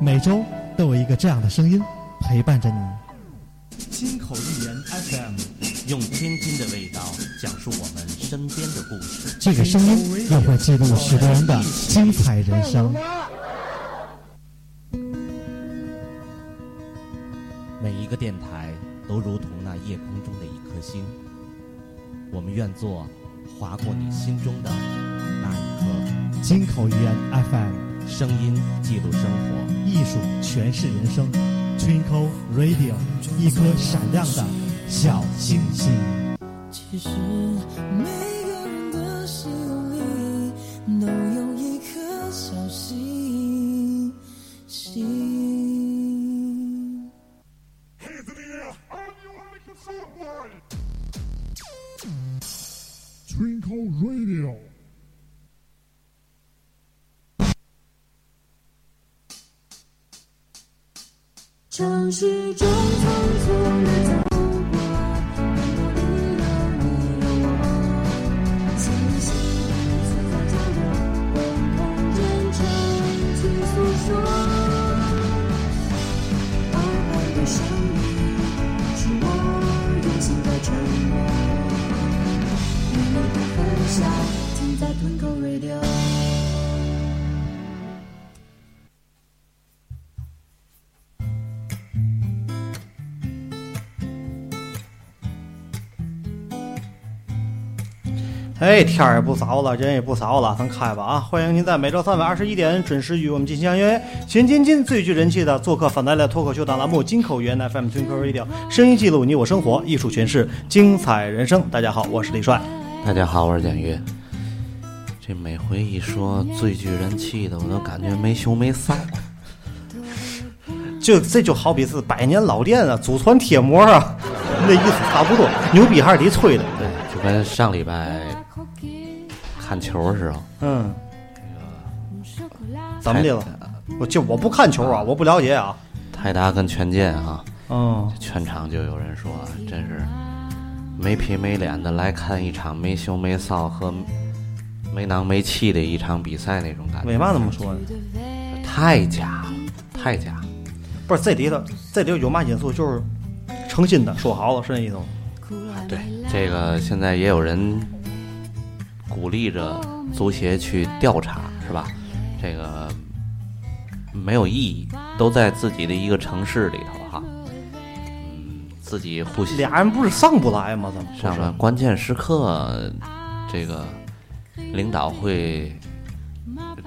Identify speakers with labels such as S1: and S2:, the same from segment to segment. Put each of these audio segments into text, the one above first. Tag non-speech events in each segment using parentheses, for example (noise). S1: 每周都有一个这样的声音陪伴着你。
S2: 金口玉言 FM，
S3: 用天津的味道讲述我们身边的故事。
S1: 这个声音又会记录许多人的精彩人生。
S3: 每一个电台都如同那夜空中的一颗星，我们愿做划过你心中的那一
S1: 金口玉言 FM，
S3: 颗。声音记录生活，
S1: 艺术诠释人生。Twinkle Radio，一颗闪亮的小星星。
S4: 其实每个人的心里都有一颗小星星。
S5: Twinkle Radio.
S4: 城市中匆匆地走过，很多你有你有我，星星四散角落，共同真诚去诉说。偶尔的声音是我用心的承诺，与你的分享尽在吞口 radio。
S6: 哎，天儿也不早了，人也不早了，咱开吧啊！欢迎您在每周三晚二十一点准时与我们进行相约，全天津最具人气的做客反带来脱口秀档栏目《金口言 FM Twinkle Radio》，声音记录你我生活，艺术诠释精彩人生。大家好，我是李帅。
S3: 大家好，我是蒋越。这每回一说最具人气的，我都感觉没羞没臊。
S6: 就这就好比是百年老店啊，祖传贴膜啊，那意思差不多。牛逼还是得吹的。
S3: 对，就跟上礼拜看球的时候，
S6: 嗯，怎么的了？我就我不看球啊，我不了解啊。
S3: 泰达跟权健啊，
S6: 嗯，
S3: 全场就有人说，真是没皮没脸的来看一场没羞没臊和没囊没气的一场比赛那种感
S6: 为
S3: 觉，
S6: 嘛这么说呢？
S3: 太假了，太假了。
S6: 不是这里头，这里头有嘛因素？就是诚心的说好了，是那意思吗？
S3: 对，这个现在也有人鼓励着足协去调查，是吧？这个没有意义，都在自己的一个城市里头哈，嗯，自己互相
S6: 俩人不是上不来吗？怎么
S3: 上了关键时刻，这个领导会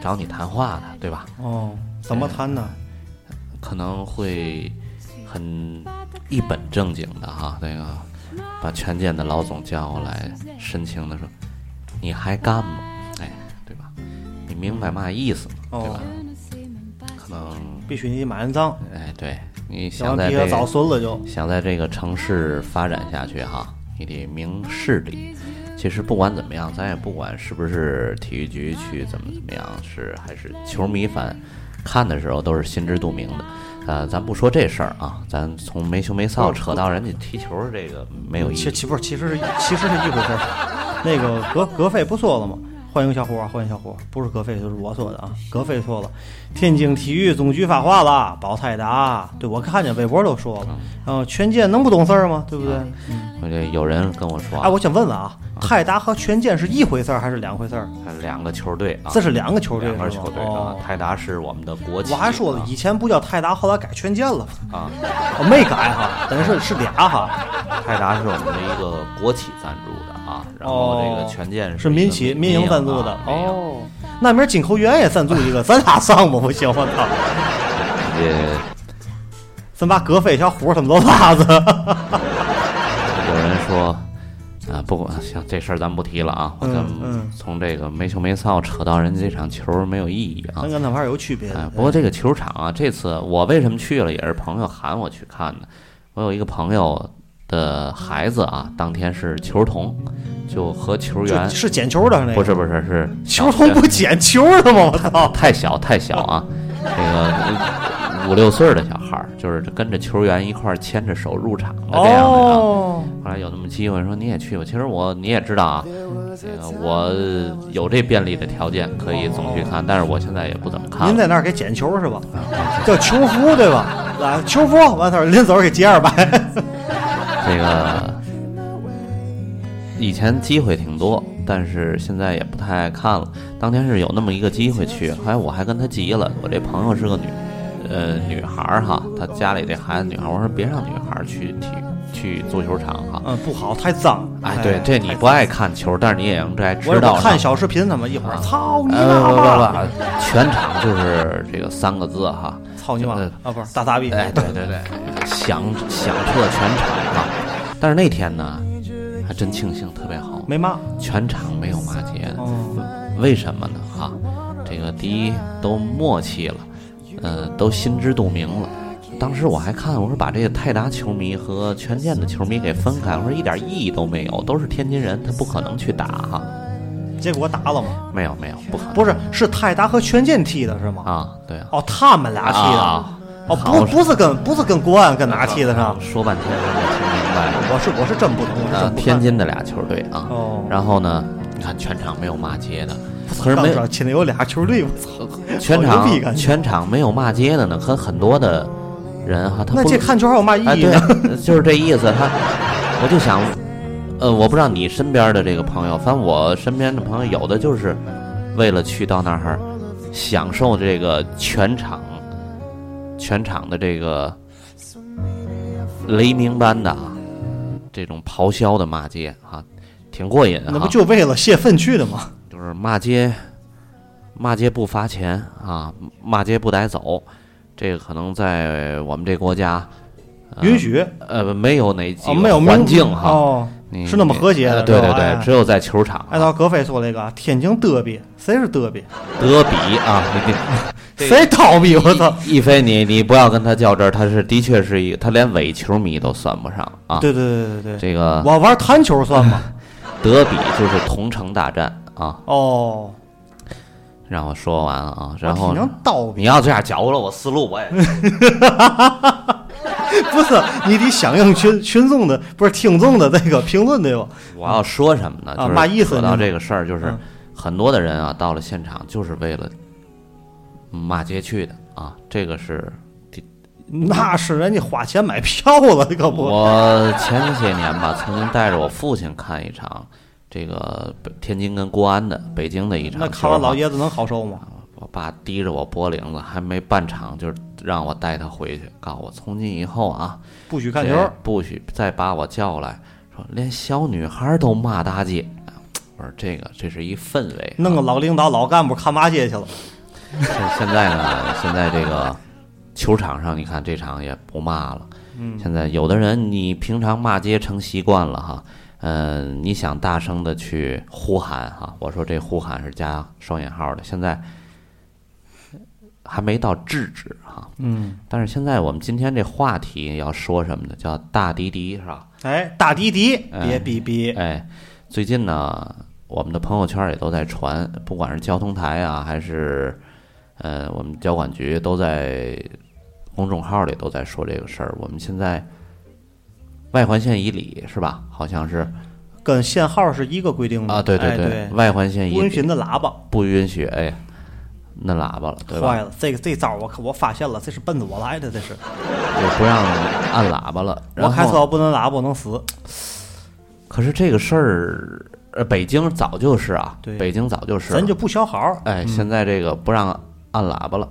S3: 找你谈话的，对吧？
S6: 哦，怎么谈呢？
S3: 可能会很一本正经的哈，那个把权健的老总叫过来，深情的说：“你还干吗？”哎，对吧？你明白嘛意思吗？对吧？可能
S6: 哦必须你买人账，
S3: 哎，对你
S6: 要
S3: 想
S6: 不
S3: 在
S6: 然比
S3: 这
S6: 他早
S3: 个
S6: 孙了就。
S3: 想在这个城市发展下去哈，你得明事理。其实不管怎么样，咱也不管是不是体育局去怎么怎么样，是还是球迷反看的时候都是心知肚明的。呃，咱不说这事儿啊，咱从没羞没臊扯到人家踢球儿这个没有意
S6: 其
S3: 义。
S6: 其不是，其哦嗯实是其实是一回事儿。那个格格费不说了吗？欢迎小伙儿，欢迎小伙儿，不是格费就是我说的啊。格费错了，天津体育总局发话了，保泰达。对我看见微博都说
S3: 嗯
S6: 了，然后权健能不懂事儿吗？对不对？
S3: 我这有人跟我说啊，
S6: 哎，我想问问啊，泰达和权健是一回事儿还是两回事儿？
S3: 两个球队啊，
S6: 这是两个球队
S3: 两个
S6: 是吗
S3: 球队啊
S6: 哦，
S3: 泰达是我们的国旗
S6: 我
S3: 啊。
S6: 还说了，以前不叫泰达，后来改权健了，
S3: 啊，
S6: 我没改哈，等于是是俩哈，
S3: 泰达是我们的一个国企赞助的啊，然后这个权健
S6: 哦是
S3: 一个
S6: 民企民营赞助的
S3: 啊民营
S6: 哦。那明儿金口源也赞助一个，咱俩上吧，不行，我操！
S3: 也
S6: 咱把葛飞、小虎他们都拉着。
S3: 有人说，啊，不管行，这事儿咱不提了啊。
S6: 嗯
S3: 咱
S6: 嗯
S3: 们从这个没羞没臊扯到人家这场球没有意义啊
S6: 咱。跟他们还是有区别
S3: 哎
S6: 的，。
S3: 不过这个球场啊，这次我为什么去了，也是朋友喊我去看的。我有一个朋友的孩子啊，当天是球童，就和球员
S6: 就，是捡球的那个，
S3: 不是不是是啊
S6: 球童不捡球的吗？我操！
S3: 太小太小啊，这呃个五六岁儿的小孩儿，就是跟着球员一块儿牵着手入场的这样的啊。
S6: 哦，
S3: 后来有那么机会说你也去吧，其实我你也知道啊，那个我呃有这便利的条件可以总去看，但是我现在也不怎么看了。
S6: 您在那儿给捡球是吧？
S3: 啊
S6: 叫球服对吧？来，球服完事儿临走给结二百。
S3: 这个以前机会挺多，但是现在也不太爱看了。当天是有那么一个机会去，后来我还跟他急了。我这朋友是个女，呃，女孩儿哈，她家里这孩子女孩儿，我说别让女孩儿去体去足球场哈。
S6: 嗯，不 (laughs) 好，太脏。
S3: 哎，对，这你不爱看球，但是你也应该
S6: 我
S3: 知道
S6: 我看
S3: 哈
S6: 小视频，他们一会儿
S3: 啊
S6: 操你啊
S3: 呃，
S6: 妈
S3: 不不
S6: 妈，
S3: 不，全场就是这个三个字哈。
S6: 操你妈
S3: 嗯
S6: 啊，不是大傻逼。
S3: 哎，对对对，响响彻全场啊！但是那天呢，还真庆幸特别好，
S6: 没骂。
S3: 全场没有骂街的。
S6: 哦，
S3: 为什么呢？哈、这个第一都默契了，呃，都心知肚明了。当时我还看，我说把这个泰达球迷和权健的球迷给分开，我说一点意义都没有，都是天津人，他不可能去打哈、
S6: 结果打了吗？
S3: 没有没有，不可能
S6: 不是，是泰达和权健踢的是吗？
S3: 啊，对啊，
S6: 哦，他们俩踢的。
S3: 啊
S6: 哦，
S3: 好
S6: 不，不是跟不是跟国安跟哪踢的上？
S3: 说半天我没听明白了。
S6: 我是我是真不懂，我是
S3: 呃
S6: 真，不
S3: 天
S6: 看。
S3: 津的俩球队啊。
S6: 哦
S3: 然后呢，你看全场没有骂街的，可是
S6: 刚
S3: 没
S6: 知道现在有俩球队，我操！
S3: 全
S6: 好牛逼感
S3: 场
S6: 觉
S3: 全场没有骂街的呢，可很多的人哈、他
S6: 那
S3: 不
S6: 这看球还有嘛意
S3: 哎
S6: 义
S3: 对
S6: 呢？，
S3: (laughs) 就是这意思。他我就想，呃，我不知道你身边的这个朋友，反正我身边的朋友有的就是为了去到那儿享受这个全场全场的这个雷鸣般的啊这种咆哮的骂街啊，挺过瘾
S6: 那
S3: 哈、
S6: 不就为了泄愤去的吗？
S3: 就是骂街，骂街不罚钱啊，骂街不逮走，这个可能在我们这国家、呃
S6: 允许
S3: 呃没有哪几
S6: 哦，
S3: 个
S6: 没有
S3: 环境
S6: 明
S3: 哈，
S6: 哦。
S3: 你
S6: 是那么和谐
S3: 呃
S6: 的是吧
S3: 对对
S6: 哎
S3: 对，只有在球场
S6: 按照葛飞说那个天津德比，谁是德比？
S3: 德比啊，你
S6: (laughs)
S3: 你这
S6: 谁倒比？我操！
S3: 一飞你你不要跟他较真儿，他是的确是一个，他连伪球迷都算不上啊。
S6: 对对对对对对，
S3: 这个
S6: 我玩弹球算吗？
S3: (laughs) 德比就是同城大战啊，
S6: 哦，
S3: 让我说完了啊，然
S6: 我
S3: 后
S6: 挺能倒
S3: 你
S6: 比，
S3: 要这样搅和了我思路，我也
S6: (laughs) 不是你得响应群群众的，不是听众的这个评论对吧？
S3: 我要说什么呢？
S6: 啊
S3: 就是
S6: 嘛意思
S3: 扯到
S6: 呢
S3: 这个事儿，就是
S6: 嗯
S3: 很多的人啊，到了现场就是为了骂街去的啊，这个是
S6: 那是人家花钱买票了，可哦不？
S3: 我前些年吧，曾经带着我父亲看一场这个北天津跟国安的北京的一场球
S6: 那
S3: 哈，
S6: 看完老爷子能好受吗？
S3: 我爸提着我脖领子，还没半场就让我带他回去，告诉我从今以后啊，
S6: 不许看
S3: 这
S6: 球，
S3: 不许再把我叫来，说连小女孩都骂大街。我说这个这是一氛围，啊
S6: 弄个老领导、老干部看骂街去了。
S3: 现现在呢，现在这个球场上，你看这场也不骂了。嗯，现在有的人你平常骂街成习惯了哈，嗯、你想大声的去呼喊哈，我说这呼喊是加双引号的，现在还没到制止哈。
S6: 嗯，
S3: 但是现在我们今天这话题要说什么呢？叫大迪迪是吧？
S6: 哎，大迪迪，别
S3: 哎
S6: 逼逼，
S3: (laughs) 哎，最近呢，我们的朋友圈也都在传，不管是交通台啊，还是呃，我们交管局都在公众号里都在说这个事儿。我们现在外环线以里是吧？好像是
S6: 跟限号是一个规定的
S3: 啊，对
S6: 哎
S3: 对
S6: 对，
S3: 外环线以
S6: 不允许
S3: 里
S6: 那喇叭。
S3: 不允许哎，那喇叭了，对吧
S6: 坏？了，这个这招我可我发现了，这是奔着我来的，这是。
S3: 就不让按喇叭了。然
S6: 我
S3: 后
S6: 开车不能拉，不能死。
S3: 可是这个事儿，呃，北京早就是啊，
S6: 对
S3: 北京早就是了，
S6: 咱就不小好儿，
S3: 哎，现在这个不让按喇叭了，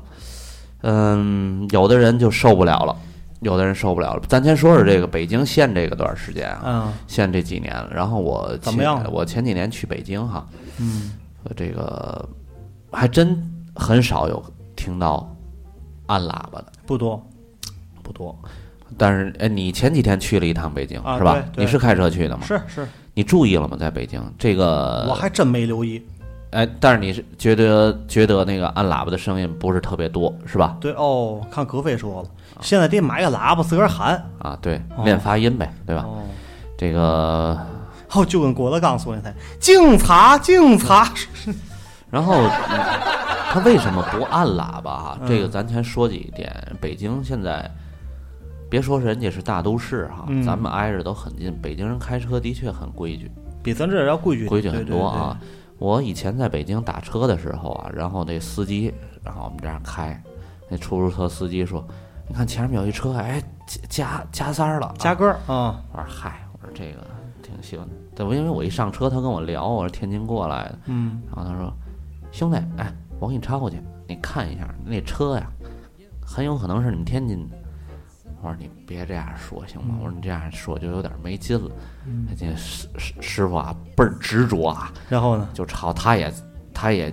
S3: 嗯，有的人就受不了了，有的人受不了了。咱先说说这个北京限这个段时间啊，
S6: 嗯，
S3: 限这几年了。然后我前
S6: 怎么样
S3: 我前几年去北京哈，嗯，这个还真很少有听到按喇叭的，
S6: 不多。
S3: 不多。但是，哎，你前几天去了一趟北京、
S6: 啊
S3: 是吧
S6: 对？对
S3: 你是开车去的吗？
S6: 是是，
S3: 你注意了吗？在北京这个，
S6: 我还真没留意。
S3: 哎，但是你是觉得觉得那个按喇叭的声音不是特别多，是吧？
S6: 对哦，看葛飞说了，现在得买个喇叭自个儿喊。
S3: 啊，对
S6: 哦，
S3: 练发音呗，对吧？
S6: 哦，
S3: 这个，
S6: 哦，就跟郭德纲说那台，警察，警察。
S3: 然
S6: (laughs)
S3: 后嗯他啊
S6: 嗯
S3: 为什么不按喇叭哈？这个咱先说几点，北京现在。别说人家是大都市哈，
S6: 嗯
S3: 咱们挨着都很近。北京人开车的确很规矩，
S6: 比咱这儿要规矩
S3: 规矩
S6: 点
S3: 很多啊。。我以前在北京打车的时候啊，然后那司机，然后我们这样开，那出租车司机说：“你看前面有一车，哎，加加加塞儿了啊，
S6: 对对对加歌儿啊，
S3: 我说嗨，我说这个挺喜欢的。对，我因为我一上车，他跟我聊，我是天津过来的，
S6: 嗯，
S3: 然后他说，兄弟，哎，我给你插过去，你看一下那车呀，很有可能是你们天津的。我说你别这样说行吗？我说你这样说就有点没劲了。
S6: 嗯
S3: 那这师师师傅啊，倍儿执着啊，
S6: 然后呢，
S3: 就朝他也他也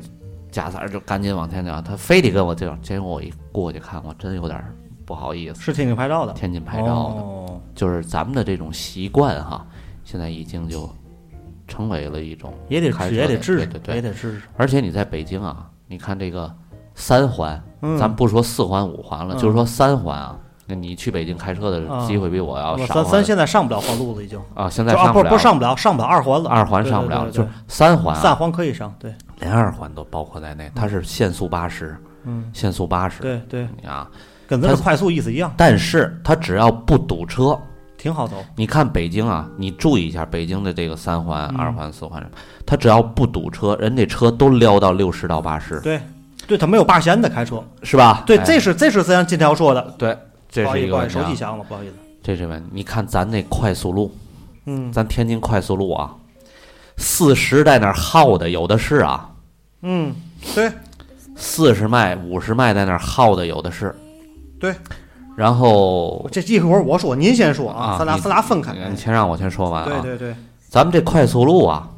S3: 加塞儿就赶紧往前走，他非得跟我这样。结果我一过去看，我真有点不好意思。
S6: 是天津拍照的，
S3: 天津拍照的，
S6: 哦
S3: 就是咱们的这种习惯哈，现在已经就成为了一种
S6: 也得
S3: 开
S6: 治，
S3: 车
S6: 也得
S3: 的
S6: 治
S3: 对对，对
S6: 也得治。
S3: 而且你在北京啊，你看这个三环，
S6: 嗯
S3: 咱不说四环五环了，
S6: 嗯
S3: 就是说三环啊，那你去北京开车
S6: 啊
S3: 的机会比我要
S6: 我
S3: 少
S6: 咱咱
S3: 很
S6: 现在上不了环路了，已经。
S3: 啊，哦现在
S6: 就啊，
S3: 上
S6: 不
S3: 了，
S6: 不上不了，上不了二环了，
S3: 二环
S6: 对
S3: 上不了了，
S6: 对对
S3: 就
S6: 对
S3: 是三环
S6: 三
S3: 啊，
S6: 环可以上，对，
S3: 连二环都包括在内，它是限速八十，
S6: 嗯，
S3: 限速八十
S6: 对对，
S3: 啊，
S6: 跟咱这
S3: 它
S6: 快速意思一样，
S3: 但是它只要不堵车，
S6: 挺好走。
S3: 你看北京啊，你注意一下北京的这个三环、
S6: 嗯
S3: 二环、四环，它只要不堵车，人家车都撩到六十到八十，
S6: 对，对他没有霸闲的开车，
S3: 是吧？
S6: 对，
S3: 哎
S6: 这是这是咱今天要说的。
S3: 对，
S6: 不
S3: 这
S6: 好
S3: 是
S6: 意
S3: 一个
S6: 思，不好意
S3: 问
S6: 思
S3: 题
S6: 手
S3: 啊
S6: 机响了，不好意思。
S3: 这是问题。你看咱那快速路，
S6: 嗯
S3: 咱天津快速路啊，四十在那儿耗的有的是啊，
S6: 嗯，对
S3: 四十迈、五十迈在那儿耗的有的是。
S6: 对，
S3: 然后
S6: 我这一会儿我说，您先说啊，
S3: 啊
S6: 咱俩
S3: 你
S6: 咱俩分开。
S3: 你先让我先说完啊。
S6: 对对对，
S3: 咱们这快速路啊，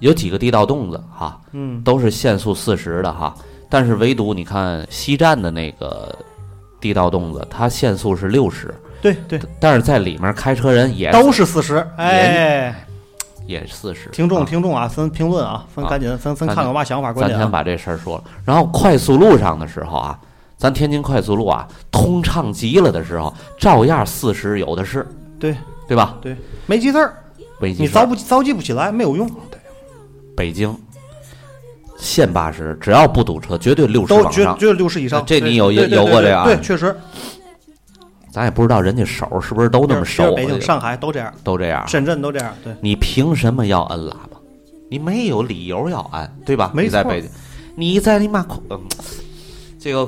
S3: 有几个地道洞子哈、
S6: 嗯
S3: 都是限速四十的哈，但是唯独你看西站的那个地道洞子，它限速是六十，
S6: 对对，
S3: 但是在里面开车人也
S6: 都是四十。哎，
S3: 也四十。
S6: 听众
S3: 啊
S6: 听众啊，咱评论啊，咱
S3: 啊
S6: 赶紧咱咱
S3: 咱
S6: 看看嘛想法观
S3: 咱
S6: 点
S3: 先
S6: 啊。
S3: 把这事儿说了。然后快速路上的时候啊，咱天津快速路啊，通畅极了的时候，照样四十有的是，
S6: 对
S3: 对吧？
S6: 对，没记字儿，
S3: 北京
S6: 你着不着急不起来，没有用，
S3: 北京限八十，只要不堵车，绝对六十
S6: 都
S3: 往
S6: 绝
S3: 上。
S6: 绝对六十以上。
S3: 这
S6: 对
S3: 你有
S6: 对对
S3: 有
S6: 对
S3: 过
S6: 对
S3: 这个啊
S6: 对，确实，
S3: 咱也不知道人家手是不是都那么
S6: 比如
S3: 熟，
S6: 北京、上海都这样，
S3: 都这样啊。
S6: 深圳都这样，对。
S3: 你凭什么要摁喇叭？你没有理由要按，对吧？
S6: 没
S3: 你在
S6: 错
S3: 北京，你在你妈快、嗯这个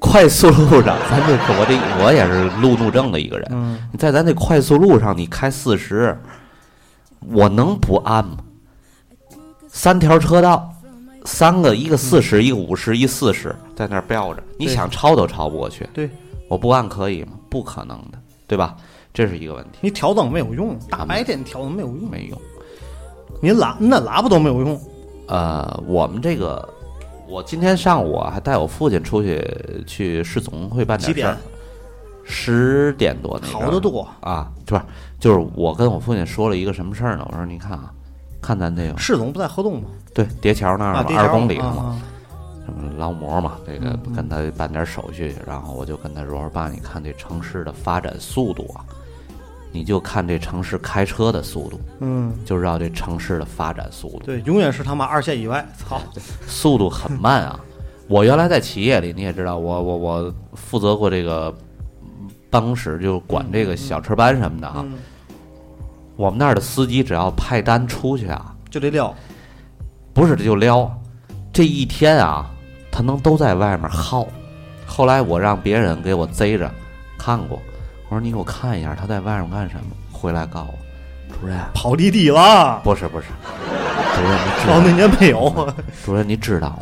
S3: 快速路上，咱这我这我也是路怒症的一个人。
S6: 嗯
S3: 你在咱这快速路上，你开四十，我能不按吗？三条车道，三个，一个四十、一个五十，一四十，在那儿飙着，你
S6: 嗯对
S3: 想超都超不过去。
S6: 对，
S3: 我不按可以吗？不可能的，对吧？这是一个问题，
S6: 你调灯没有用，大白天调灯没有用，
S3: 没用。
S6: 你喇你那喇叭都没有用。
S3: 呃，我们这个，我今天上午啊还带我父亲出去去市总会办
S6: 几
S3: 点事
S6: 点
S3: 儿，十点多那阵儿
S6: 好得多
S3: 啊，对吧？就是我跟我父亲说了一个什么事儿呢？我说你看啊，看咱这个
S6: 市总不在河东吗？
S3: 对叠桥那儿嘛
S6: 啊，地
S3: 二
S6: 条
S3: 公里了嘛，
S6: 啊，嗯
S3: 什么劳模嘛，这个跟他办点手续，然后我就跟他说：“爸，你看这城市的发展速度啊，你就看这城市开车的速度，
S6: 嗯，
S3: 就知道这城市的发展速度。”
S6: 对，永远是他妈二线以外。操，
S3: 速度很慢啊。我原来在企业里，你也知道，我我我负责过这个嗯办公室，就管这个小车班什么的啊。
S6: 嗯
S3: 我们那儿的司机只要派单出去啊，
S6: 就得撂。
S3: 不是就撩，这一天啊，他能都在外面耗。后来我让别人给我贼着看过，我说你给我看一下他在外面干什么，回来告诉我，主任
S6: 跑地底了。
S3: 不是不是，主任你知道
S6: 哦，那年没有， (laughs)
S3: 主任，你知道吗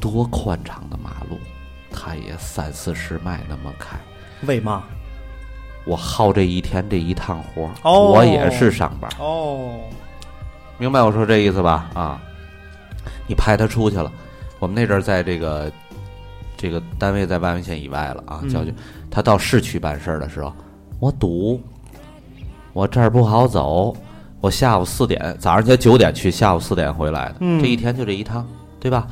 S3: 多宽敞的马路，他也三四十迈那么开。
S6: 为嘛？
S3: 我耗这一天这一趟活儿，
S6: 哦
S3: 我也是上班，
S6: 哦，
S3: 明白我说这意思吧？啊，你派他出去了，我们那阵儿在这个这个单位在万源县以外了
S6: 嗯
S3: 啊，郊区。他到市区办事儿的时候，我堵，我这儿不好走，我下午四点，早上才九点去，下午四点回来的，
S6: 嗯
S3: 这一天就这一趟，对吧？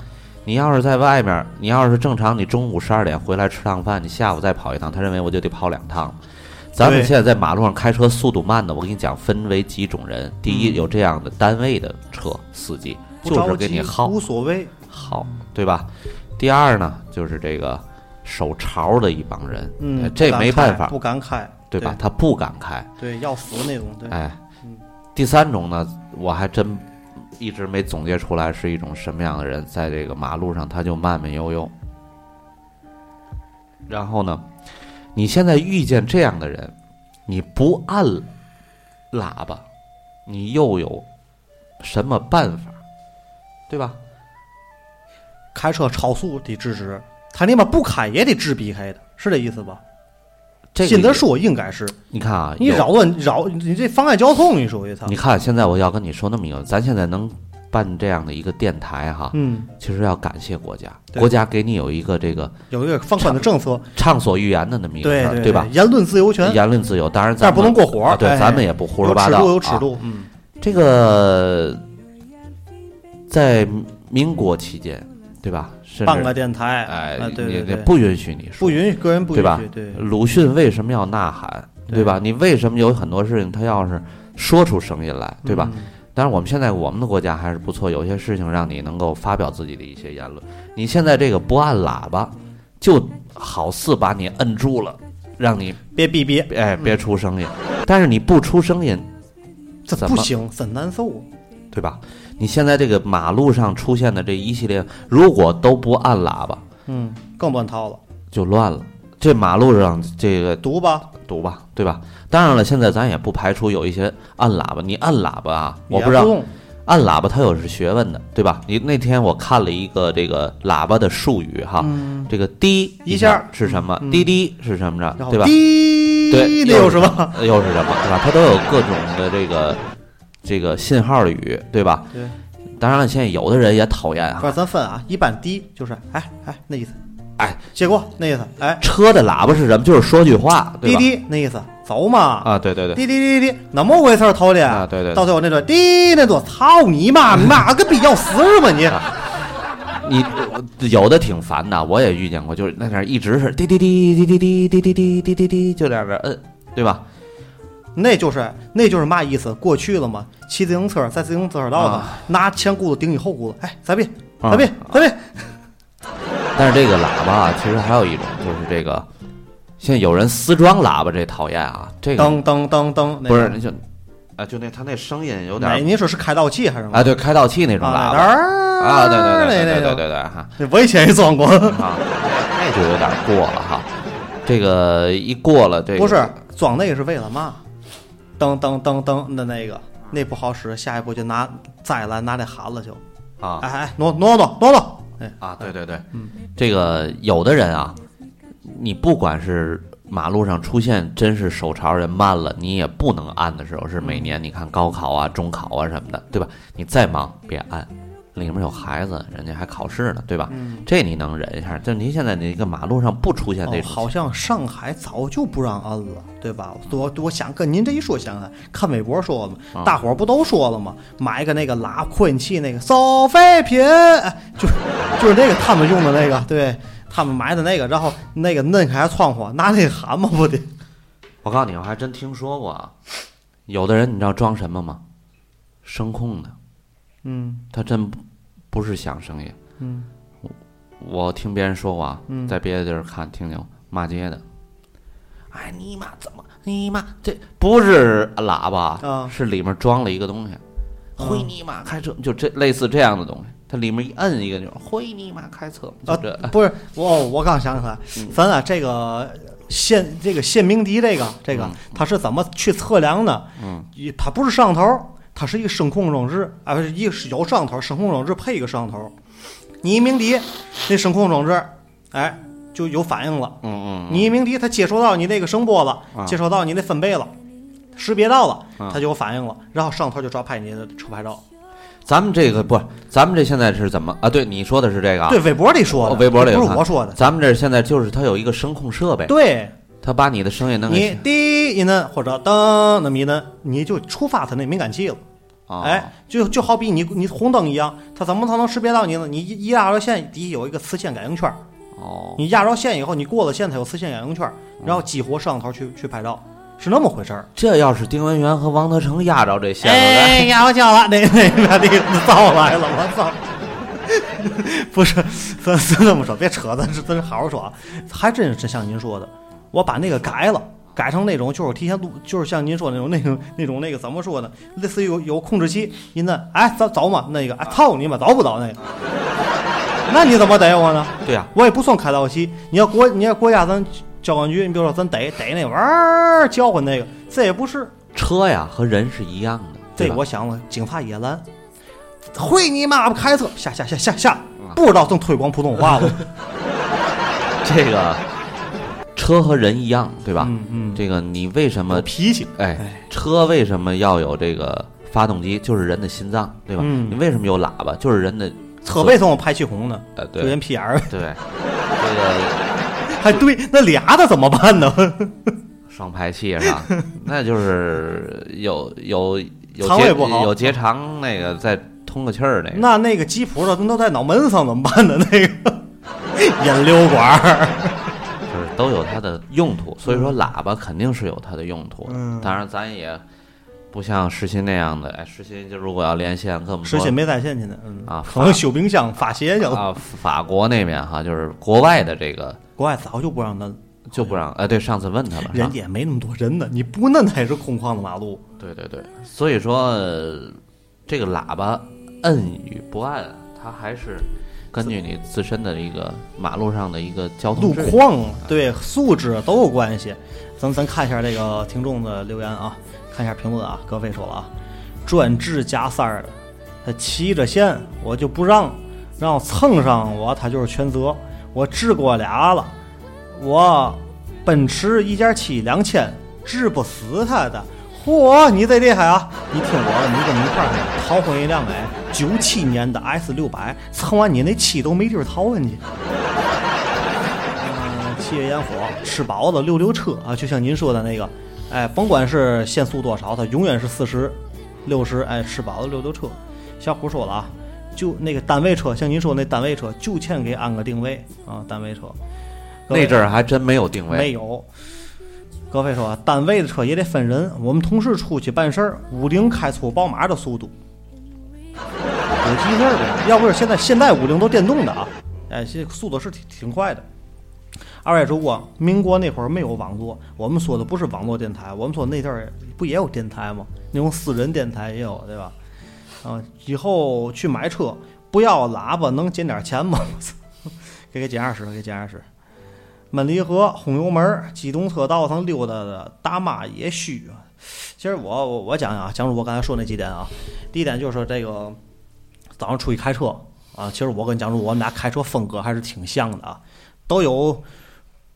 S3: 你要是在外面，你要是正常，你中午十二点回来吃趟饭，你下午再跑一趟，他认为我就得跑两趟。咱们
S6: 对
S3: 现在在马路上开车速度慢的，我跟你讲，分为几种人。第一，有这样的单位的车司机，
S6: 嗯不
S3: 就
S6: 着
S3: 是给
S6: 急
S3: 你耗
S6: 无所谓。
S3: 好，对吧？第二呢，就是这个手潮的一帮人，
S6: 嗯
S3: 哎，这
S6: 不敢
S3: 没办
S6: 开
S3: 法
S6: 不，敢开，
S3: 对吧？？他不敢开，
S6: 对，要死那种，对，
S3: 哎
S6: 嗯，
S3: 第三种呢，我还真一直没总结出来是一种什么样的人，在这个马路上他就慢慢悠悠。然后呢，你现在遇见这样的人，你不按喇叭，你又有什么办法，对吧？
S6: 开车超速得制止，他那边不开也得制避开的，是这意思吧？
S3: 这个
S6: 信
S3: 也
S6: 德说应该是
S3: 你看啊，
S6: 你
S3: 有
S6: 扰乱扰，你这妨碍交通，你属于他
S3: 你，看，啊现在我要跟你说那么一个，咱现在能办这样的一个电台哈，
S6: 嗯，
S3: 其实要感谢国家，
S6: 对
S3: 国家给你有一个这个
S6: 有一个放宽的政策，
S3: 畅所欲言的那么一个
S6: 对
S3: 事儿，
S6: 对
S3: 吧？
S6: 言论自由权，
S3: 言论自由，当然咱
S6: 但
S3: 们
S6: 是不能过火
S3: 啊对，
S6: 哎
S3: 咱们也不胡
S6: 有
S3: 说八
S6: 尺
S3: 道，
S6: 度有尺
S3: 啊。
S6: 度，嗯，
S3: 这个在民国期间，对吧？甚
S6: 办个
S3: 至
S6: 电台，
S3: 哎
S6: 啊，，对
S3: 你
S6: 对
S3: 你
S6: 对，
S3: 不允许你说
S6: 不，允许个人不
S3: 对
S6: 允
S3: 吧
S6: 许，对，
S3: 鲁迅为什么要呐喊，
S6: 对
S3: 对吧？你为什么有很多事情他要是说出声音来，对吧？
S6: 嗯？
S3: 但是我们现在我们的国家还是不错，有些事情让你能够发表自己的一些言论。你现在这个不按喇叭，就好似把你摁住了，让你
S6: 别逼逼，
S3: 哎别出声音。但是你不出声音，
S6: 这
S3: 怎
S6: 不
S3: 么
S6: 行，真难受啊。
S3: 对吧？你现在这个马路上出现的这一系列，如果都不按喇叭，
S6: 嗯，更乱套了，
S3: 就乱了。这马路上这个
S6: 读吧，
S3: 堵吧，对吧？当然了，现在咱也不排除有一些按喇叭，你按喇叭啊，我
S6: 也
S3: 不知道
S6: 用
S3: 按喇叭它有是学问的，对吧？你那天我看了一个这个喇叭的术语哈，这个滴
S6: 嗯一下
S3: 下是什么？滴滴是什么
S6: 然
S3: 着？
S6: 后
S3: 对吧？
S6: 滴，
S3: 对，
S6: 那有什
S3: 么
S6: 么？？
S3: (laughs) 又是什么？对吧？它都有各种的这个这个信号语，对吧？
S6: 对。
S3: 当然了，现在有的人也讨厌
S6: 不
S3: 啊，
S6: 是，咱分啊，一般滴就是哎哎那意思，
S3: 哎，
S6: 结果那意思，哎，
S3: 车的喇叭是什么？就是说句话，对
S6: 滴
S3: 吧？
S6: 滴那意思，走嘛，
S3: 啊，对对对，
S6: 滴滴滴滴，那么回事儿，头里
S3: 啊对对对
S6: 到最后那段滴那段，操你
S3: (laughs)
S6: 妈，你妈个逼要死是吧你？
S3: 啊你我有的挺烦的，我也遇见过，就是那点儿一直是滴滴滴滴滴滴滴滴滴滴滴滴，就在那儿摁，对吧？
S6: 那就是那就是嘛意思？过去了嘛，骑自行车在自行车道上
S3: 啊
S6: 拿前轱辘顶你后轱辘，哎，咱别
S3: 啊
S6: 咱别咱别，
S3: 但是这个喇叭啊，其实还有一种就是这个，现在有人私装喇叭，这讨厌啊，这个
S6: 噔噔噔噔，那
S3: 不是
S6: 个
S3: 那就啊，就那他那声音有
S6: 哪？
S3: 点
S6: 您说是开道器还是什么
S3: 啊，？对，开道器那种
S6: 啊
S3: 喇
S6: 那
S3: 叭
S6: 儿
S3: 啊，对对对
S6: 那
S3: 对对
S6: 那
S3: 对
S6: 种
S3: 对对哈
S6: 那我以前也装过，
S3: 啊，那就有点过了哈，这个一过了这个
S6: (laughs) 不是装那个是为了嘛？噔噔噔噔的那个，那不好使，下一步就拿摘了拿那喊了就，
S3: 啊
S6: 哎哎，挪挪挪挪挪，哎，
S3: 啊，对对对，这个有的人啊，你不管是。马路上出现真是手潮人慢了，你也不能按的时候是每年你看高考啊、中考啊什么的，对吧？你再忙别按，里面有孩子，人家还考试呢，对吧？这你能忍一下。但您现在那个马路上不出现这种，
S6: 哦，好像上海早就不让摁了，对吧？我我想跟您这一说想想，看微博说了嘛，大伙儿不都说了吗？买个那个拉扩音器那个收费品，哎就是就是那个他们用的那个，对他们买的那个，然后那个摁开窗户，拿那个喊嘛不得，
S3: 我告诉你，我还真听说过啊。有的人你知道装什么吗？声控的，
S6: 嗯
S3: 他真不不是响声音。
S6: 嗯。
S3: 我听别人说过啊，
S6: 嗯
S3: 在别的地儿看听见过骂街的。哎，你妈怎么？你妈这不是喇叭，
S6: 啊
S3: 是里面装了一个东西。回你妈开车，就这类似这样的东西，它里面一摁一个钮，回你妈开车，就
S6: 啊
S3: 这。，
S6: 不是我，我刚想起来，
S3: 嗯
S6: 咱俩这个县这个县鸣笛这个这个
S3: 嗯，
S6: 它是怎么去测量的？嗯，它不是摄像头，它是一个声控装置啊，不是一个是有摄像头，声控装置配一个摄像头。你一鸣笛，那声控装置，哎，就有反应了。
S3: 嗯嗯啊嗯，
S6: 你一鸣笛，它接收到你那个声波了，接收到你那分贝了，识别到了，
S3: 啊
S6: 它就有反应了，然后摄像头就抓拍你的车牌照。
S3: 咱们这个不，咱们这现在是怎么啊？对，你说的是这个啊？
S6: 对，微博里说的，
S3: 微博里
S6: 不
S3: 有
S6: 是
S3: 看
S6: 我说的，
S3: 咱们这现在就是它有一个声控设备，
S6: 对。
S3: 它把你的声音能
S6: 你
S3: 给
S6: 滴一摁或者噔那么一摁，你就触发它那敏感器了。
S3: 啊，
S6: 哎，就就好比你你红灯一样，它怎么才能识别到你呢？你一一压着线，底下有一个磁线感应圈儿，
S3: 哦，
S6: 你压着线以后，你过了线，它有磁线感应圈儿，然后激活摄像头去去拍照，是那么回事儿。
S3: 这要是丁文元和王德成压着这线了，
S6: 哎哎，压着线了，那那那那那造来了，我操！不是，咱咱这么说，别扯，咱是咱是好好说啊。还真是真像您说的，我把那个改了，改成那种就是提前录，就是像您说的那种那种那种那个怎么说呢？类似于有有控制期，您那哎走走嘛，那个哎操你妈走不走那个？那你怎么逮我呢？
S3: 对呀、
S6: 我也不算开到期。你要国，你要国家咱交管局，你比如说咱逮逮那玩意儿交换那个，这也不是。
S3: 车呀和人是一样的，对
S6: 这
S3: 吧？
S6: 我想了，警察也拦，会你妈不开车，下下下下下，
S3: 嗯
S6: 不知道正推广普通
S3: (laughs)
S6: 话了。
S3: 这个车和人一样，对吧？
S6: 嗯嗯
S3: 这个你为什啊么
S6: 有脾气，
S3: 哎，车为什么要有这个发动机？就是人的心脏，对吧？
S6: 嗯
S3: 你为什么有喇叭？就是人的
S6: 车为什么排气孔呢？
S3: 呃，
S6: 有
S3: 对
S6: 人屁眼儿， (laughs)
S3: 对，这个
S6: 还对，那俩的怎么办呢？
S3: 哎双排气是
S6: (laughs)
S3: 吧？那就是有有有
S6: 肠胃
S3: 结
S6: 不好
S3: 有结肠那个再通个气儿那个。
S6: (laughs) 那那个吉普的都在脑门上怎么办呢？ (laughs) 那
S3: (laughs)
S6: 个引流管儿，
S3: 就是都有它的用途，所以说喇叭肯定是有它的用途的。
S6: 嗯
S3: 当然，咱也不像石鑫那样的，哎，石鑫就如果要连线，跟我们
S6: 石
S3: 说
S6: 鑫没在线现在，嗯
S3: 啊
S6: 可能修冰箱发鞋去了。
S3: 啊，法国那边哈，就是国外的这个
S6: 国外早就不让咱，
S3: 就不让，哎，对，上次问他了，是吧
S6: 人家也没那么多人呢，你不那那也是空旷的马路。
S3: 对对对，所以说呃这个喇叭摁与不按，它还是根据你自身的一个马路上的一个交通
S6: 路
S3: 秩序
S6: 况啊对素质都有关系。咱咱看一下这个听众的留言啊，看一下评论啊。葛飞说了啊，专治加塞儿的，他骑着线我就不让，让蹭上我他就是全责。我治过俩了，我奔驰一点七两千治不死他的。嚯，你这厉害啊！你听我的，你跟我们一块儿去淘换一辆哎，九七年的 S 六百，蹭完你那漆都没地儿淘换去。嗯，七月烟火，吃饱了溜溜车啊，就像您说的那个，哎，甭管是限速多少，它永远是四十、六十，哎，吃饱了溜溜车。小虎说了啊，就那个单位车，像您说那单位车，就欠给安个定位啊，单位车。各位
S3: 那阵儿还真没有定位，
S6: 没有。葛飞说，单位的车也得分人，我们同事出去办事儿，五菱开出宝马的速度，有急事儿呗。要不是现在现在五菱都电动的啊，哎，这速度是挺挺快的。二位主播，民国那会儿没有网络，我们说的不是网络电台，我们说那阵儿不也有电台吗？那种私人电台也有，对吧？啊，以后去买车不要喇叭，能减点钱吗？ (laughs) 我操给给减二十，给减二十。满离合、轰油门儿、机动车道上溜达的大妈也虚。其实我我我讲讲啊，讲述我刚才说那几点啊。第一点就是说这个早上出去开车啊，其实我跟蒋主我们俩开车风格还是挺像的啊，都有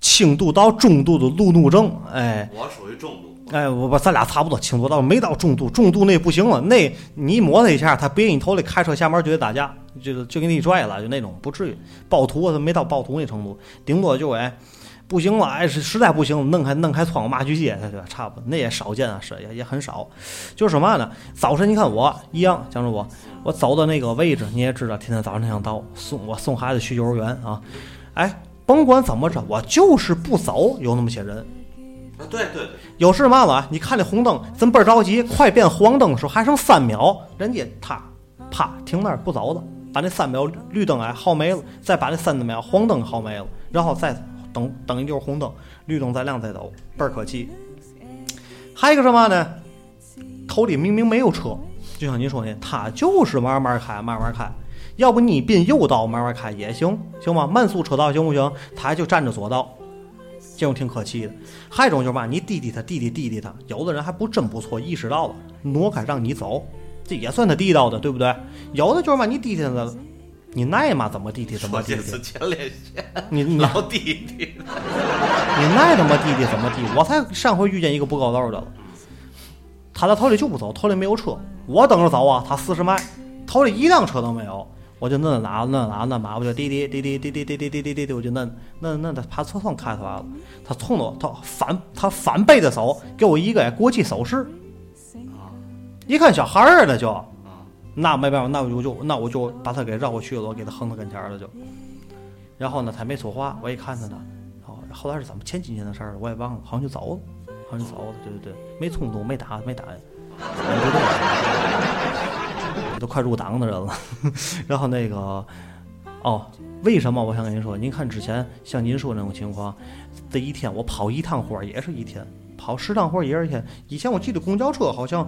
S6: 轻度到中度的路怒症，哎。
S3: 我属于重度，
S6: 哎，我我咱俩差不多，轻度到没到重度，重度那不行了，那你一磨他一下，他别你头里开车下门就得打架，就就给你拽了，就那种不至于暴徒，啊他没到暴徒那程度，顶多就哎不行了，哎实实在不行，弄开弄开窗户骂句街，他就差不多，那也少见啊，是也也很少，就是什么呢？早晨你看我一样，讲着我我走的那个位置，你也知道，天天早上那样到送我送孩子去幼儿园啊，哎，甭管怎么着，我就是不走，有那么些人。
S3: 啊对对对，
S6: 有事嘛了？你看那红灯，咱倍儿着急，快变黄灯的时候还剩三秒，人家他啪停那儿不走了，把那三秒绿灯哎耗没了，再把那三秒黄灯耗没了，然后再等等一溜红灯，绿灯再亮再走，倍儿可气。还有一个什么呢？头里明明没有车，就像您说的，他就是慢慢开，慢慢开。要不你并右道慢慢开也行，行吗？慢速车道行不行？他就占着左道，这种挺可气的。还有一种就是嘛，你滴滴他，滴滴滴滴他，有的人还不真不错，意识到了，挪开让你走，这也算他地道的，对不对？有的就是嘛，你滴滴他了，你耐嘛怎么滴滴怎么滴滴，
S3: 前列 (laughs) 腺
S6: 你你
S3: 弟弟，
S6: 你爱怎么地地怎么地。我才上回遇见一个不够道的了，他在头里就不走，头里没有车，我等着走啊，他四十迈，头里一辆车都没有，我就摁喇叭，摁喇叭，摁喇叭，我就滴滴滴滴滴滴滴滴滴滴滴，我就摁摁摁，他爬车窗开出来了，他冲着我，他反他反背着手给我一个国际手势，一看小孩儿呢就。那没办法，那我就那我就把他给绕过去了，我给他横他跟前儿了就。然后呢，他没说话，我一看他呢，哦，后来是怎么前几年的事儿了，我也忘了，好像就走了，好像就走了，对对对，没冲突，没打，没打，不对， (laughs) 都快入党的人了。 (laughs) 然后那个，哦，为什么我想跟您说？您看之前像您说那种情况，这一天我跑一趟活儿也是一天，跑十趟活儿也是一天。以前我记得公交车好像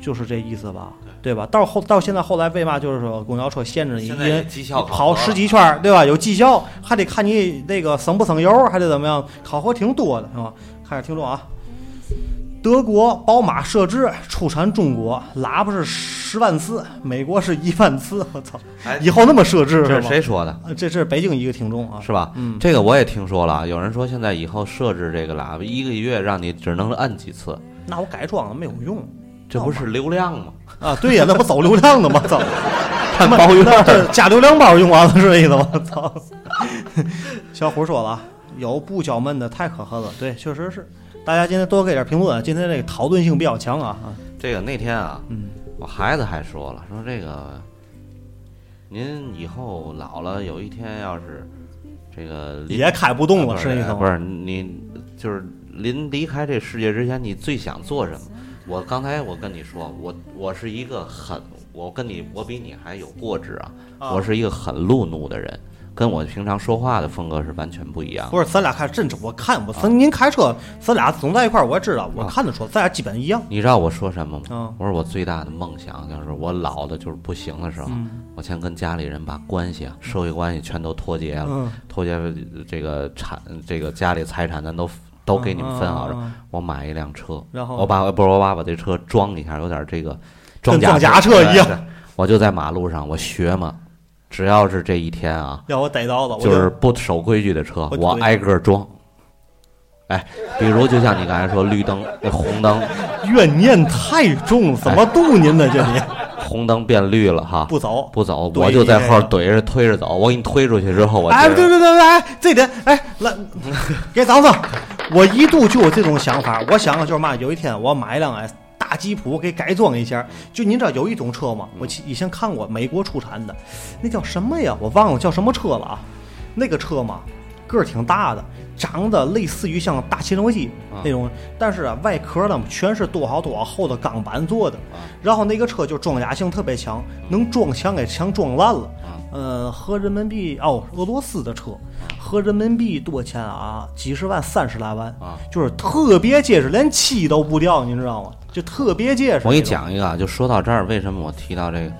S6: 就是这意思吧，对吧？到后到现在后来为嘛就是说公交车限制你一
S3: 现在也
S6: 人
S3: 绩效考核
S6: 跑十几圈儿，对吧？有绩效，还得看你那个省不省油，还得怎么样，考核挺多的，是吧？看着听众啊。德国宝马设置出产中国，喇叭是十万次，美国是一万次。我操！
S3: 哎
S6: 以后那么设置
S3: 这
S6: 是
S3: 是
S6: 吗？
S3: 谁说的？
S6: 呃这是北京一个听众啊，
S3: 是吧？
S6: 嗯，
S3: 这个我也听说了，有人说现在以后设置这个喇叭，一个月让你只能摁几次，
S6: 那我改装了没有用
S3: 这不
S6: 哦
S3: 是流量
S6: (laughs)
S3: 吗？
S6: 啊。对呀，那不走流量 (laughs) 的吗？操，
S3: 看包月
S6: 那这加流量包用完了是这意思吗？操！小虎说了，啊，有不搅闷的太可恨了，对，确实是。大家今天多给点评论啊，今天这个讨论性比较强啊啊，
S3: 这个那天啊，
S6: 嗯
S3: 我孩子还说了，说这个您以后老了，有一天要是这个临啊
S6: 也开不动
S3: 不
S6: 了，是这意思
S3: 不
S6: 吗？
S3: 是你就是临离开这世界之前，你最想做什么？我刚才我跟你说，我我是一个很，我跟你我比你还有过之啊，
S6: 啊
S3: 我是一个很路怒的人，跟我平常说话的风格是完全不一样的。
S6: 不是，咱俩开真是我看我，咱您开车，咱俩总在一块儿，我也知道，我
S3: 啊
S6: 看着说，咱俩基本一样。
S3: 你知道我说什么吗？
S6: 嗯
S3: 我说我最大的梦想就是我老的就是不行的时候，
S6: 嗯
S3: 我先跟家里人把关系啊、社会关系全都脱节了，
S6: 嗯
S3: 脱节这个产这个家里财产咱都都给你们分好了，
S6: 嗯嗯嗯
S3: 我买一辆车，
S6: 然后
S3: 我把不是我把我这车装一下，有点这个装
S6: 跟
S3: 甲
S6: 装甲车一样，
S3: 对对我就在马路上我学嘛，只要是这一天啊，
S6: 要我逮到了，我
S3: 就是不守规矩的车，
S6: 我
S3: 我挨个装。哎，比如就像你刚才说绿灯、那红灯，
S6: 怨念太重，怎么度您呢？这你
S3: 红灯变绿了哈，
S6: 不走，
S3: 哎不走，
S6: 对
S3: 我就在后
S6: 你
S3: 怼着推着走。我给你推出去之后，我
S6: 哎，
S3: 觉
S6: 对
S3: 得
S6: 对对对，哎，这点，哎，来，给掌声。我一度就有这种想法，我想的就是嘛，有一天我买一辆哎大吉普给改装一下。就您知道有一种车吗？
S3: 嗯
S6: 我其以前看过美国出产的，那叫什么呀？我忘了叫什么车了啊。那个车嘛，个儿挺大的，长得类似于像大切诺基那种，但是啊，外壳呢全是多好多好厚的钢板做的，
S3: 啊
S6: 然后那个车就装甲性特别强，能撞墙给墙撞烂了。
S3: 啊
S6: 呃，合人民币哦，俄罗斯的车，合人民币多少钱啊？几十万、三十来万
S3: 啊，
S6: 就是特别结实，连漆都不掉，你知道吗？就特别结实。
S3: 我给你，讲一个啊，就说到这儿，为什么我提到这个？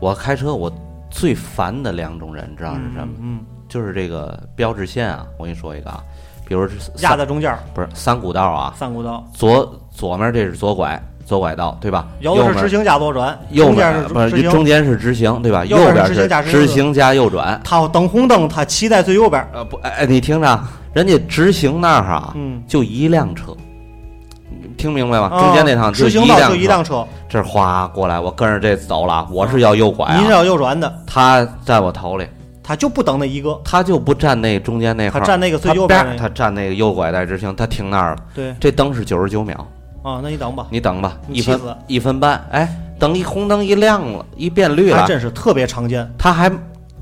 S3: 我开车我最烦的两种人，知道是什么？
S6: 嗯，
S3: 就是这个标志线啊。我跟你说一个啊，比如是三
S6: 压在中间儿，
S3: 不是三股道啊，
S6: 三股道，
S3: 左左面这是左拐，左拐道对吧？
S6: 有
S3: 右
S6: 的
S3: 面
S6: 是直行加左转，
S3: 右
S6: 中间
S3: 面
S6: 是
S3: 不
S6: 直
S3: 是
S6: 行
S3: 中。间是直行对吧？
S6: 右
S3: 右
S6: 边
S3: 边
S6: 是直行加直行
S3: 直行加右转。
S6: 他要等红灯，他骑在最右边儿。
S3: 呃不，哎哎，你听着，人家直行那儿哈，
S6: 嗯
S3: 就一辆车，你听明白吗？
S6: 啊
S3: 中间那趟
S6: 直
S3: 一
S6: 行道
S3: 辆
S6: 就
S3: 车，
S6: 一辆车，
S3: 这哗过来，我跟着这走了，我是要右拐
S6: 您是
S3: 啊，
S6: 要右转的，
S3: 他在我头里，
S6: 他就不等那一个。
S3: 他就不站那中间那号，
S6: 他站那个最右边
S3: 他
S6: 那个
S3: 他站那个右拐带直行，他停那儿了，
S6: 对
S3: 这灯是九十九秒，
S6: 啊，那你等吧。
S3: 你等吧，
S6: 你
S3: 一分
S6: 气死
S3: 一分半，哎，等一红灯一亮了，一变绿
S6: 还
S3: 了，
S6: 真是特别常见。
S3: 他还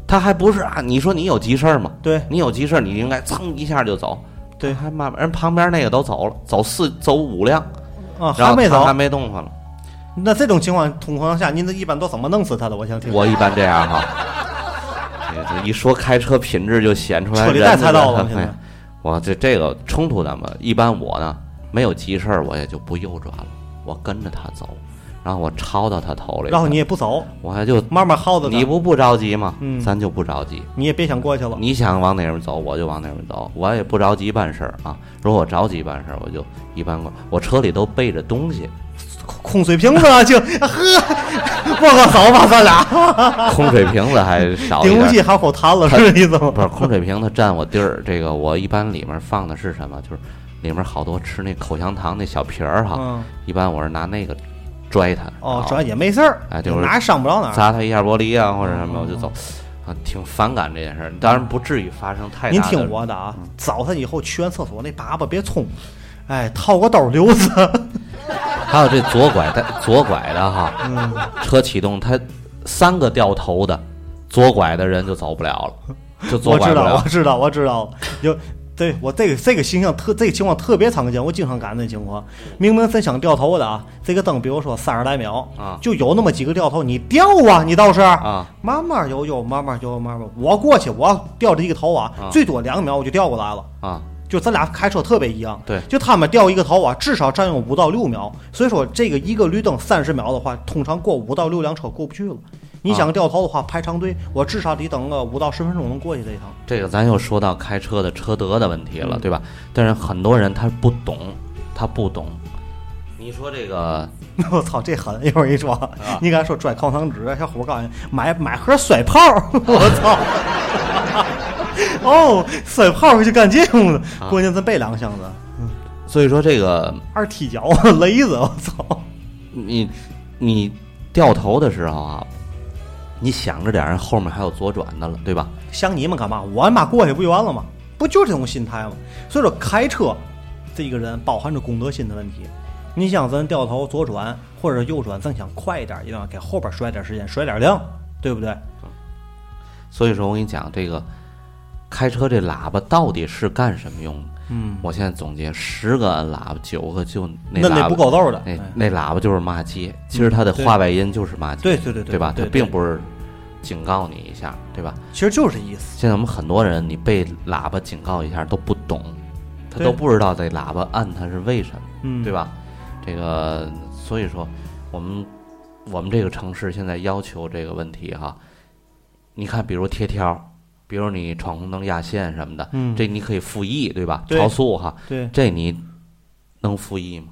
S3: 他还不是啊？你说你有急事儿吗？
S6: 对
S3: 你有急事儿，你应该噌一下就走。
S6: 对
S3: 还慢慢人旁边那个都走了，走四走五辆，
S6: 啊，
S3: 然
S6: 还
S3: 后
S6: 没
S3: 他
S6: 走
S3: 还。没动弹了。
S6: 那这种情况情况下，您这一般都怎么弄死他的？我想听。
S3: 我一般这样哈，这这一说开车品质就显出来
S6: 车
S3: 人
S6: 里
S3: 的。
S6: 带菜刀了
S3: 哎
S6: 现在
S3: 我这这个冲突咱们一般我呢没有急事儿，我也就不右转了，我跟着他走，然后我抄到他头里，
S6: (laughs) 然后你也不走，
S3: 我还就
S6: 慢慢耗着他
S3: 你不不着急吗？
S6: 嗯
S3: 咱就不着急。
S6: 你也别想过去了。
S3: 你想往哪边走，我就往哪边走，我也不着急办事儿啊。如果我着急办事儿，我就一般过。我车里都备着东
S6: (laughs)
S3: 西，
S6: 空水瓶子
S3: (laughs)
S6: 啊，就 (laughs) 呵，握个手吧，咱俩。
S3: 空水瓶子还少一
S6: 顶不
S3: 点
S6: 起
S3: 儿。
S6: 还口痰了，是这意思吗？
S3: 不是空水瓶子占我地儿，这个我一般里面放的是什么？就是里面好多吃那口香糖那小瓶儿哈，
S6: 嗯
S3: 一般我是拿那个拽它，
S6: 哦
S3: 啊，
S6: 主要也没事儿，
S3: 哎就是
S6: 哪儿伤不着哪儿。
S3: 砸它一下玻璃啊或者什么，我就走。
S6: 嗯
S3: 啊，挺反感这件事儿，当然不至于发生太大的。嗯
S6: 您听我的啊，早晨以后去完厕所那粑粑别冲，哎，套个兜留着。
S3: (laughs) 还有这左拐带 (laughs) 左拐的哈，
S6: 嗯
S3: 车启动它三个掉头的，左拐的人就走不了了，就左
S6: 我
S3: 拐
S6: 知
S3: 不
S6: 道，我
S3: 了。 (laughs)
S6: 知道，我知道，有对我这个这个形象特这个情况特别常见，我经常赶那情况。明明真想掉头的啊，这个灯比如说三十来秒
S3: 啊
S6: 就有那么几个掉头，你掉啊，你倒是
S3: 啊，
S6: 慢慢悠悠，慢慢悠悠，慢慢。我过去，我要掉这一个头啊，
S3: 啊
S6: 最多两秒我就掉过来了。
S3: 啊，
S6: 就咱俩开车特别一样，
S3: 对
S6: 就他们掉一个头啊，至少占用五到六秒。所以说，这个一个绿灯三十秒的话，通常过五到六辆车过不去了。你
S3: 啊
S6: 想掉头的话，排长队，我至少得等个五到十分钟能过去这一趟。
S3: 这个咱又说到开车的车德的问题
S6: 嗯
S3: 了，对吧？但是很多人他不懂，他不懂。你说这个
S6: (laughs) 我操，这狠！一会儿一说，
S3: 啊
S6: (laughs) 你敢说拽矿糖纸，小伙儿告诉你，买买盒甩炮儿， (laughs) 我操！哦，甩炮儿就干这种的，
S3: 啊
S6: 关键咱备两个箱子，
S3: 所以说这个
S6: 二踢脚、 (laughs) 雷子，我操！
S3: 你你掉头的时候啊，你想着点儿后面还有左转的了，对吧？
S6: 想你们干嘛？我他妈过去不就完了吗？不就是这种心态吗？所以说，开车这个人包含着公德心的问题。你想咱掉头左转或者右转，咱想快一点，一定要给后边甩点时间，甩点量，对不对？
S3: 所以说我跟你讲，这个开车这喇叭到底是干什么用的？
S6: 嗯，
S3: 我现在总结十个按喇叭，九个就那
S6: 那
S3: 喇叭
S6: 那不够揍的。
S3: 那
S6: 哎嗯
S3: 那喇叭就是骂街，其实它的话外音就是骂街，
S6: 对对对对
S3: 对吧？它
S6: 对对
S3: 并不是警告你一下，对吧？
S6: 其实就是这意思。
S3: 现在我们很多人，你被喇叭警告一下都不懂，他
S6: 对
S3: 都不知道这喇叭按它是为什么，
S6: 嗯
S3: 对吧？这个所以说，我们我们这个城市现在要求这个问题哈，你看，比如贴条，比如你闯红灯压线什么的，
S6: 嗯
S3: 这你可以复议，对吧？
S6: 对
S3: 超速哈，
S6: 对，
S3: 这你能复议吗？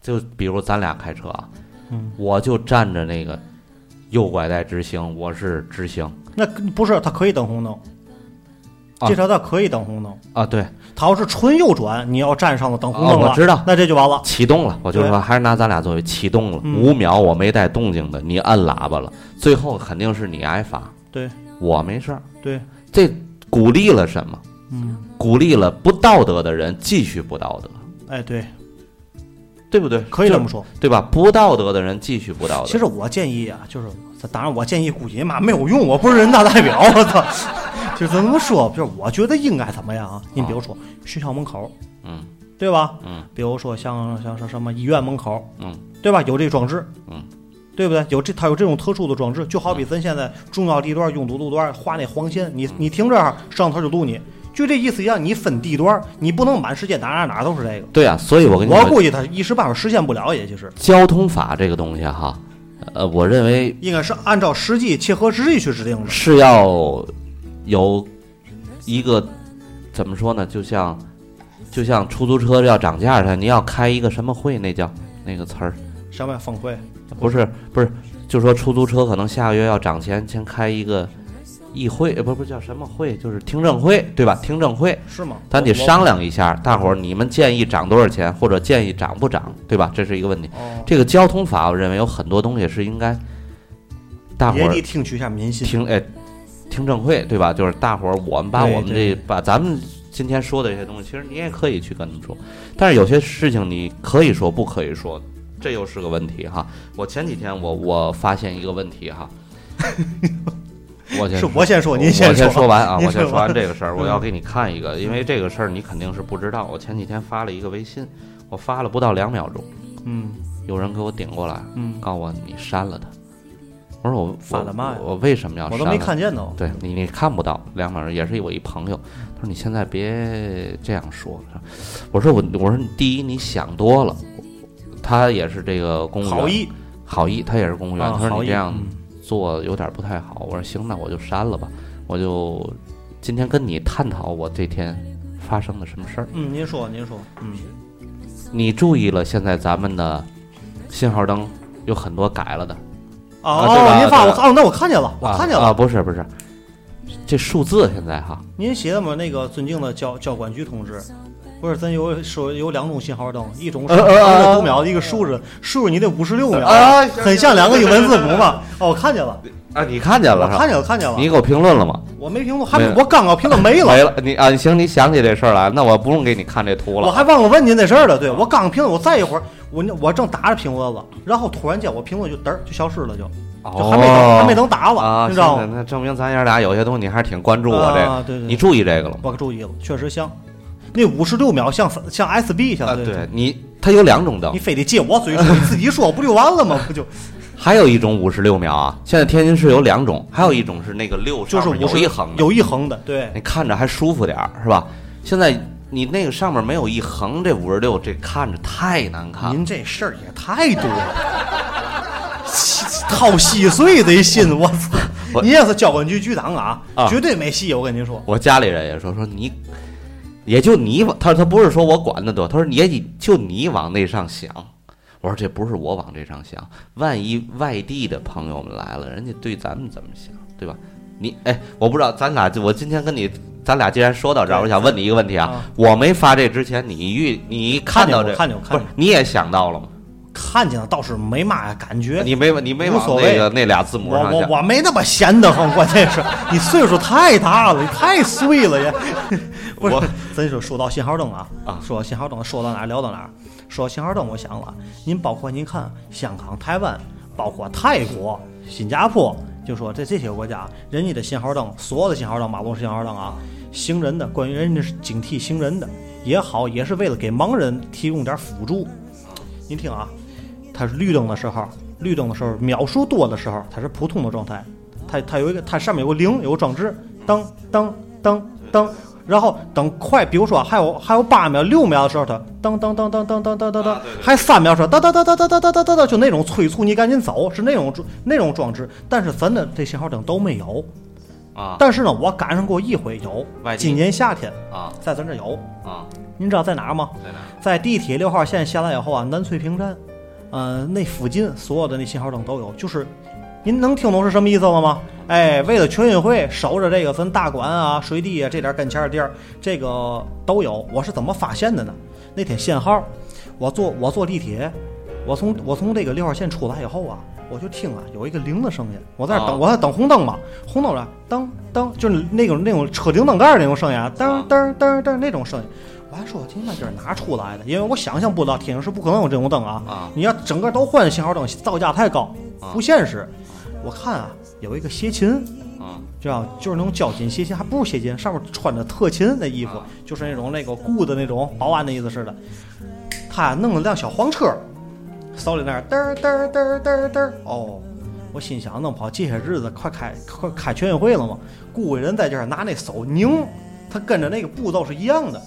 S3: 就比如咱俩开车啊，
S6: 嗯
S3: 我就站着那个右拐带直行，我是直行
S6: 那不是他可以等红灯，
S3: 啊
S6: 这条道可以等红灯。
S3: 啊，对，
S6: 他要是纯右转，你要站上了等红
S3: 哦
S6: 灯了，
S3: 我知道
S6: 那这就完了。
S3: 启动了，我就说还是拿咱俩作为启动了，
S6: 嗯
S3: 五秒我没带动静的，你按喇叭了，最后肯定是你挨罚，
S6: 对
S3: 我没事儿。
S6: 对，
S3: 这鼓励了什么？
S6: 嗯，
S3: 鼓励了不道德的人继续不道德，
S6: 哎，对，
S3: 对不对？
S6: 可以这么
S3: 说，
S6: 说。
S3: 对吧？不道德的人继续不道德。
S6: 其实我建议啊，就是当然我建议估计妈没有用，我不是人大代表， (laughs) 我操！就是怎么说，就是我觉得应该怎么样啊？你比如说学校门口，
S3: 嗯，
S6: 对吧？
S3: 嗯，
S6: 比如说像像像什么医院门口，
S3: 嗯，
S6: 对吧？有这装置，
S3: 嗯，
S6: 对不对？有这它有这种特殊的装置，就好比咱现在重要地段、拥堵路段画那黄线，
S3: 嗯
S6: 你你停这儿，摄像头就录你，就这意思一样。你分地段，你不能满世界哪哪哪都是这个。
S3: 对啊，所以我跟你
S6: 我
S3: 说，
S6: 估计他一时半会儿实现不了，也其实
S3: 交通法这个东西哈，呃，我认为
S6: 应该是按照实际切合实际去制定的。
S3: 是要有一个怎么说呢？就像就像出租车要涨价似的，你要开一个什么会，那叫那个词儿，
S6: 什么呀？峰会？
S3: 不是不是，就说出租车可能下个月要涨钱，先开一个议会，呃不不叫什么会，就是听证会，对吧？听证会，
S6: 是吗？
S3: 咱得
S6: 我
S3: 商量一下，大伙儿你们建议涨多少钱，或者建议涨不涨，对吧？这是一个问题。
S6: 哦，
S3: 这个交通法，我认为有很多东西是应该大伙
S6: 也
S3: 儿
S6: 得听取一下民心。
S3: 听哎听证会对吧？就是大伙儿我们把
S6: 对
S3: 我们
S6: 对
S3: 这把咱们今天说的这些东西，其实你也可以去跟他们说，但是有些事情你可以说不可以说，这又是个问题哈。我前几天我我发现一个问题
S6: (laughs)
S3: 哈，我先
S6: 是我先说，您
S3: 我
S6: 说。
S3: 先说完啊，
S6: 您
S3: 我先
S6: 说嗯
S3: 说完
S6: 吧
S3: 这个事儿，我要给你看一个，因为这个事儿你肯定是不知道。我前几天发了一个微信，我发了不到两秒钟，
S6: 嗯
S3: 有人给我顶过来，
S6: 嗯，
S3: 告诉我你删了他。我说我
S6: 发了嘛呀
S3: 我我为什么要
S6: 我
S3: 啊删
S6: 都没
S3: 了？
S6: 看见呢。
S3: 对你你看不到，梁老师也是我一朋友，他说你现在别这样说。我说我我说你第一你想多了，他也是这个公务员，
S6: 好意
S3: 好意他也是公务员，
S6: 啊，
S3: 他说
S6: 好
S3: 你
S6: 意
S3: 这样
S6: 嗯
S3: 做有点不太好。我说行，那我就删了吧，我就今天跟你探讨我这天发生的什么事儿。
S6: 嗯，您说，您说，嗯，
S3: 你注意了，现在咱们的信号灯有很多改了的，
S6: 啊
S3: 啊对吧
S6: 哦，您发
S3: 对
S6: 我哦，那我看见了，我
S3: 啊
S6: 看见了。
S3: 啊，不是不是，这数字现在哈，
S6: 您写的嘛？那个尊敬的教教管局同志，不是咱有说有两种信号灯，一种是
S3: 呃呃
S6: 二
S3: 呃
S6: 十五秒，一个数着数着你得五十六秒
S3: 啊，
S6: 很像两个英文字母嘛。哦，我看见了，
S3: 啊，你看见
S6: 我
S3: 了是吧
S6: 看？见了，看见了
S3: 你。给我评论了吗？
S6: 我没评论，还没
S3: 没了
S6: 我刚刚评论没了，
S3: 没了，你啊，行，你想起这事儿来，那我不啊用给你看这图了。
S6: 我还忘了问您那事儿了。对我刚评论，我再一会儿，我那我正打着评论了，然后突然间我评论就嘚儿就消失了，就就还没等、
S3: 哦
S6: 还没等打了，
S3: 啊，
S6: 你知道
S3: 行
S6: 吗？
S3: 那证明咱爷俩有些东西你还是挺关注我这个，
S6: 啊、对对对
S3: 你注意这个了吗？
S6: 我可注意了，确实香。那五十六秒像像 SB
S3: 啊，
S6: 像
S3: 对你，它有两种
S6: 你
S3: 灯，
S6: 非得借我嘴说，你自己说不就完
S3: (laughs)
S6: 了吗？不就
S3: 还有一种五十六秒啊。现在天津市有两种，还有一种是那个六
S6: 就是
S3: 上面
S6: 五
S3: 有
S6: 十
S3: 一横的，哎
S6: 有一横的，对
S3: 你看着还舒服点儿，是吧？现在你那个上面没有一横，这五十六这看着太难看了。
S6: 您这事儿也太多了， (laughs) 掏稀碎的心，我操！
S3: 我
S6: 您要是交管局局长啊，
S3: 啊
S6: 绝对没戏，我跟您说。
S3: 我家里人也说说你，也就你往，他他不是说我管的多，他说也就你往那上想。我说这不是我往这上想，万一外地的朋友们来了，人家对咱们怎么想，对吧？你哎，我不知道咱俩，我今天跟你，咱俩既然说到这儿，
S6: 对
S3: 我想问你一个问题啊，
S6: 啊
S3: 我没发这之前，你遇你看到这
S6: 看见我看见我看见
S3: 不是你也想到了吗？
S6: 看见了倒是没嘛感觉，
S3: 你没你没
S6: 无
S3: 往
S6: 所
S3: 那
S6: 谓
S3: 个那俩字母
S6: 我
S3: 上
S6: 我
S3: 想，
S6: 我没那么闲得慌，关键是你岁数太大了，你太碎了也。不是
S3: 我，
S6: 咱说说到信号灯啊，
S3: 啊
S6: 说到信号灯，说到哪儿聊到哪儿。说到信号灯，我想了，您包括您看香港、台湾，包括泰国、新加坡，就说在这些国家，人家的信号灯，所有的信号灯，马路信号灯啊，行人的，关于人家是警惕行人的也好，也是为了给盲人提供点辅助。您听啊，它是绿灯的时候，绿灯的时候秒数多的时候，它是普通的状态，它它有一个它上面有个铃，有个装置，当当当当，然后等快，比如说还有还有八秒、六秒的时候，它当当当当当当当当当，还三秒的时候，当当当当当当当当当当，就那种催促你赶紧走，是那种那种装置，但是咱的这信号灯都没有。
S3: 啊
S6: 但是呢，我赶上过一回有
S3: 外，地
S6: 今年夏天
S3: 啊
S6: 在咱这有，
S3: 啊，
S6: 您知道在哪儿吗？
S3: 在哪儿？
S6: 在地铁六号线下来以后啊，南翠屏站，呃，那附近所有的那信号灯都有。就是，您能听懂是什么意思了吗？哎，为了全运会，守着这个咱大馆啊、水地啊这点跟前儿地儿，这个都有。我是怎么发现的呢？那天限号，我坐我坐地铁，我从我从这个六号线出来以后啊，我就听啊有一个铃的声音，我在那儿等，
S3: 啊
S6: 我在等红灯嘛，红灯了，当当，就是那种那种车顶灯盖儿那种声音，啊，当当当当那种声音。我还说，我今天这是哪出来的？因为我想象不到天津市不可能有这种灯啊！
S3: 啊
S6: 你要整个都换信号灯，造价太高，
S3: 啊
S6: 不现实。我看啊，有一个协琴，
S3: 啊
S6: 知道就是那种交警协勤，还不是协勤，上面穿着特勤的衣服，
S3: 啊
S6: 就是那种那个雇的那种保安的意思似的。他弄了辆小黄车，手里那儿嘚儿嘚儿嘚儿嘚儿嘚儿。哦，我心想，弄不好这些日子快开快开全运会了嘛，雇人在这儿拿那手拧，他跟着那个步骤是一样的。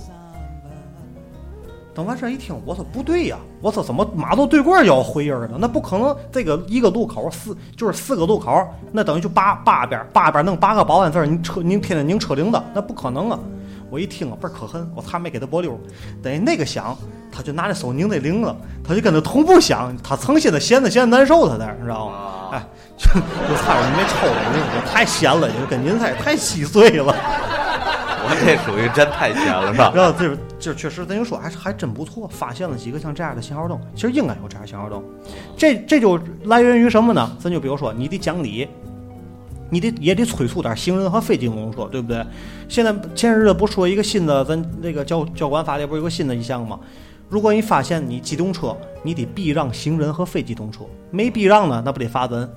S6: 等完事儿一听，我说不对呀、我操，怎么马路对过儿也有回音儿呢？那不可能，这个一个路口四就是四个路口，那等于就八八边儿八边儿弄八个保安在这儿，您车您天天您车铃的，那不可能啊！我一听啊，倍儿可恨，我差没给他拨溜儿。等于那个响，他就拿着手拧那铃了，他就跟他同步响，他成心的闲的闲的难受，他在那儿，你知道吗？
S3: 啊
S6: 哎，就就差点没抽了，您这太闲了，你就跟您太太稀碎了。
S3: 我这属于真太闲了，是吧？
S6: 然后这这确实，咱就说还是还真不错，发现了几个像这样的信号灯。其实应该有这样信号灯，这这就来源于什么呢？咱就比如说，你得讲理，你得也得催促点行人和非机动车，对不对？现在前些日子不说一个新的，咱那个交交管法里不是有个新的一项吗？如果你发现你机动车，你得避让行人和非机动车，没避让呢，那不得罚咱？
S3: 嗯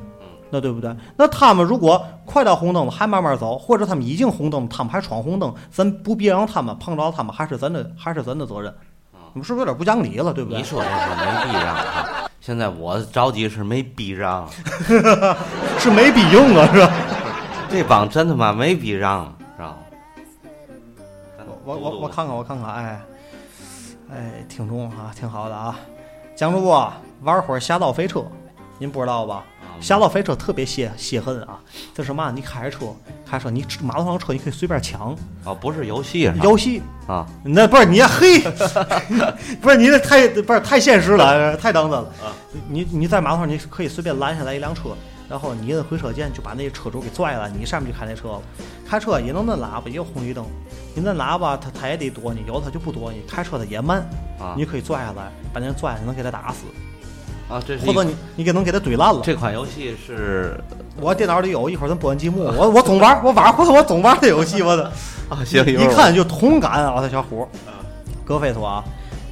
S6: 那对不对？那他们如果快到红灯了还慢慢走，或者他们已经红灯了，他们还闯红灯，咱不避让他们碰着他们，还是咱的还是咱的责任。你们是不是有点不讲理了？对不对
S3: 嗯你？说这是没避让啊！现在我着急是没避让，
S6: 是没必用啊，是吧？
S3: 这帮真他妈没避让，是吧？
S6: 我我我看看我看看，哎，哎，听众啊，挺好的啊。蒋主播玩会儿侠盗飞车，您不知道吧？侠盗飞车特别泄泄恨啊！这是嘛？你开着车，开着车，你马路上车你可以随便抢，
S3: 啊，不是游戏是吧
S6: 游戏
S3: 啊，
S6: 那不是你嘿， (laughs) 不是你这太不是太现实了，太当真了。
S3: 啊
S6: 你你在马路上你可以随便拦下来一辆车，然后你摁回车键就把那车主给拽了，你上面就开那车了。开车也能摁喇叭，也有红绿灯，你摁喇叭他他也得躲你，有的他就不躲你，开车他也慢，
S3: 啊
S6: 你可以拽下来，把那人拽下来能给他打死，
S3: 啊，这是
S6: 或
S3: 一
S6: 者你你给能给他怼烂了。
S3: 这款游戏是
S6: 我电脑里有一会儿咱播完节目，我我总玩，我玩会儿我总玩这游戏，我的。
S3: 啊，行，
S6: 一
S3: 会儿我
S6: 看就同感啊，这小伙儿。葛飞说啊，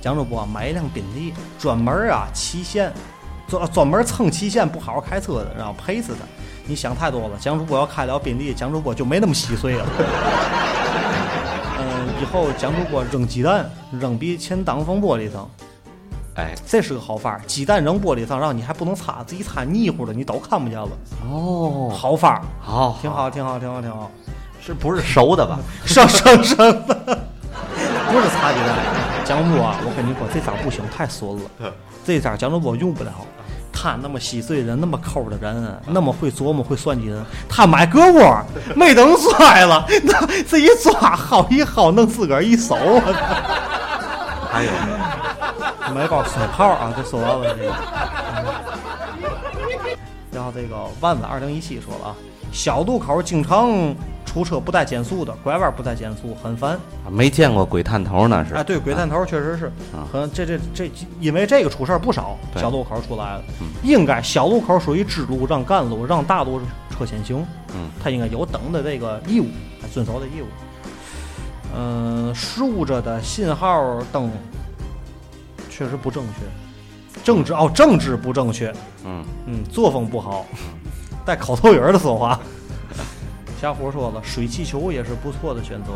S6: 蒋主播买一辆宾利，专门儿啊期限，专专门儿蹭期限不好好开车的，然后赔死他。你想 (laughs) 太多了，蒋主播要开了宾利，蒋主播就没那么稀碎了。嗯，以后蒋主播扔鸡蛋扔比前挡风玻璃上，
S3: 哎，
S6: 这是个好法儿。鸡蛋扔玻璃上，然后你还不能擦，自己擦腻乎了，你都看不见了。
S3: 哦，
S6: 好法儿，
S3: 好，
S6: 挺好，挺好，挺好，挺好。
S3: 是不是熟的吧？
S6: (laughs) 上上上，不是擦鸡蛋。蒋主播啊，我跟你说，这招不行，太损了。这招蒋主播用不了。他那么稀碎人，那么抠的人，那么会琢磨、会算计人，他买个窝没等摔了，那这一抓薅一薅，弄自个儿一手，啊 (laughs) 我
S3: 还
S6: 哎
S3: 有
S6: 操买包水泡啊！这说完了这个。然后这个万万二零一七说了啊，小路口经常出车不带减速的，拐弯不带减速，很烦。
S3: 没见过鬼探头呢？是嗯
S6: 哎，对，鬼探头确实是
S3: 啊，
S6: 可能这这这，因为这个出事儿不少，
S3: 对嗯
S6: 小路口出来了，应该小路口属于支路，让干路，让大路车先行，
S3: 嗯，
S6: 他应该有等的这个义务，哎遵守的义务。嗯、竖着的信号灯确实不正确，政治哦，政治不正确，
S3: 嗯，
S6: 嗯，作风不好，带口头语儿的说话。 (laughs) 瞎胡说了，水气球也是不错的选择。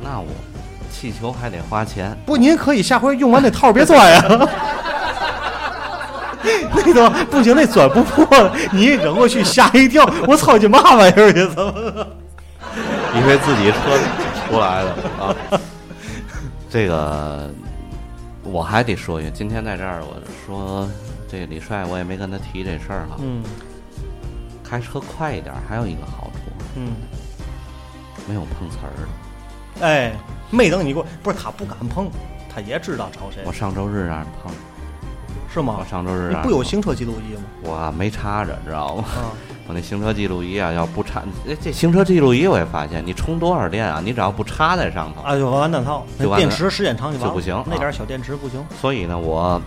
S3: 那我气球还得花钱，
S6: 不，您可以下回用完那套儿别钻呀。 (laughs) 那个不行，那钻不破了，你一扔过去吓一跳，我操你嘛玩意儿去！怎么？
S3: 因为自己车出来的啊。
S6: (laughs)
S3: 这个我还得说一句，今天在这儿我说这李帅，我也没跟他提这事儿哈。
S6: 嗯
S3: 开车快一点，还有一个好处，
S6: 嗯，
S3: 没有碰瓷儿的。
S6: 哎，没等你过，不是他不敢碰，他也知道朝谁
S3: 我，上周日让人碰，
S6: 是
S3: 我
S6: 吗？
S3: 上啊周日
S6: 哦
S3: 让
S6: 你
S3: 人
S6: 不有
S3: 碰
S6: 行车记录仪吗？
S3: 我啊没插着，知道吗？
S6: 啊，
S3: 我那行车记录仪啊，要不插这这行车记录仪，我也发现你充多少电啊，你只要不插在上头，
S6: 啊，就完蛋套，
S3: 就
S6: 那
S3: 完蛋
S6: 电池时间长就完了
S3: 就不行啊
S6: 那点儿小电池不行。
S3: 所以呢，我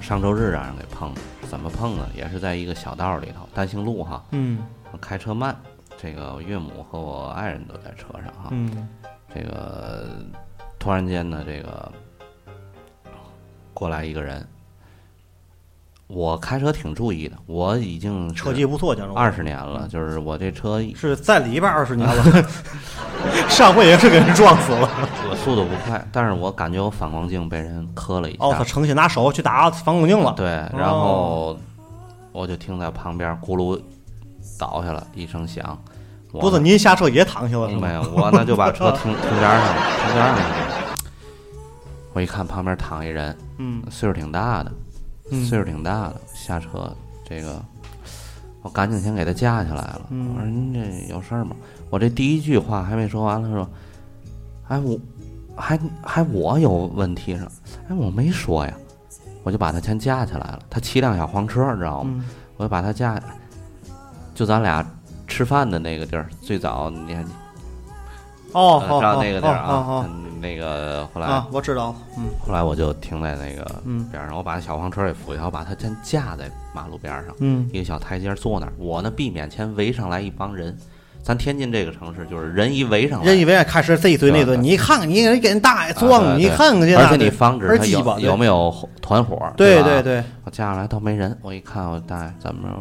S3: 上周日让人给碰了，是怎么碰的？也是在一个小道里头，单行路哈，
S6: 嗯
S3: 我开车慢。这个我岳母和我爱人都在车上哈，
S6: 嗯
S3: 这个突然间呢，这个过来一个人，我开车挺注意的，我已经
S6: 车技不嗯错，讲
S3: 二十年了，就是我这车
S6: 是在里边二十年了，
S3: (laughs)
S6: 上回也是给人撞死了。
S3: 我速度不快，但是我感觉我反光镜被人磕了一下，
S6: 哦，他成心拿手去打反光镜了。
S3: 对，然后我就听在旁边咕噜倒下了一声响，我
S6: 不是
S3: 呢
S6: 您下车也躺下了是
S3: 没有
S6: 吗？，
S3: 我呢就把车
S6: (laughs)
S3: 停停边上了，停边上了。我一看旁边躺一人，
S6: 嗯
S3: 岁数挺大的，
S6: 嗯
S3: 岁数挺大的，下车这个，我赶紧先给他架起来了。
S6: 嗯
S3: 我说您这有事儿吗？我这第一句话还没说完，他说，哎我，还还我有问题呢，哎我没说呀，我就把他先架起来了。他骑辆小黄车，知道吗？
S6: 嗯
S3: 我就把他架，就咱俩吃饭的那个地儿，最早你看，
S6: 哦，
S3: 呃
S6: 好
S3: 知道
S6: 好
S3: 那个地儿
S6: 好好
S3: 啊
S6: 好，
S3: 嗯那个后来
S6: 啊，我知道了。嗯
S3: 后来我就停在那个
S6: 嗯
S3: 边上，我把小黄车也扶起来，我把它先架在马路边上，
S6: 嗯
S3: 一个小台阶坐那儿。我呢避免先围上来一帮人，咱天津这个城市就是人一围上来，
S6: 嗯人以为开始这一堆那一堆，
S3: 对对
S6: 你看看你给人给人大爷
S3: 啊
S6: 撞了，
S3: 对
S6: 你
S3: 对
S6: 看看去，
S3: 而且你防止
S6: 而
S3: 他
S6: 鸡巴
S3: 有有没有团伙，对
S6: 对
S3: 吧
S6: 对，对，
S3: 我架上来倒没人，我一看我大爷怎么着，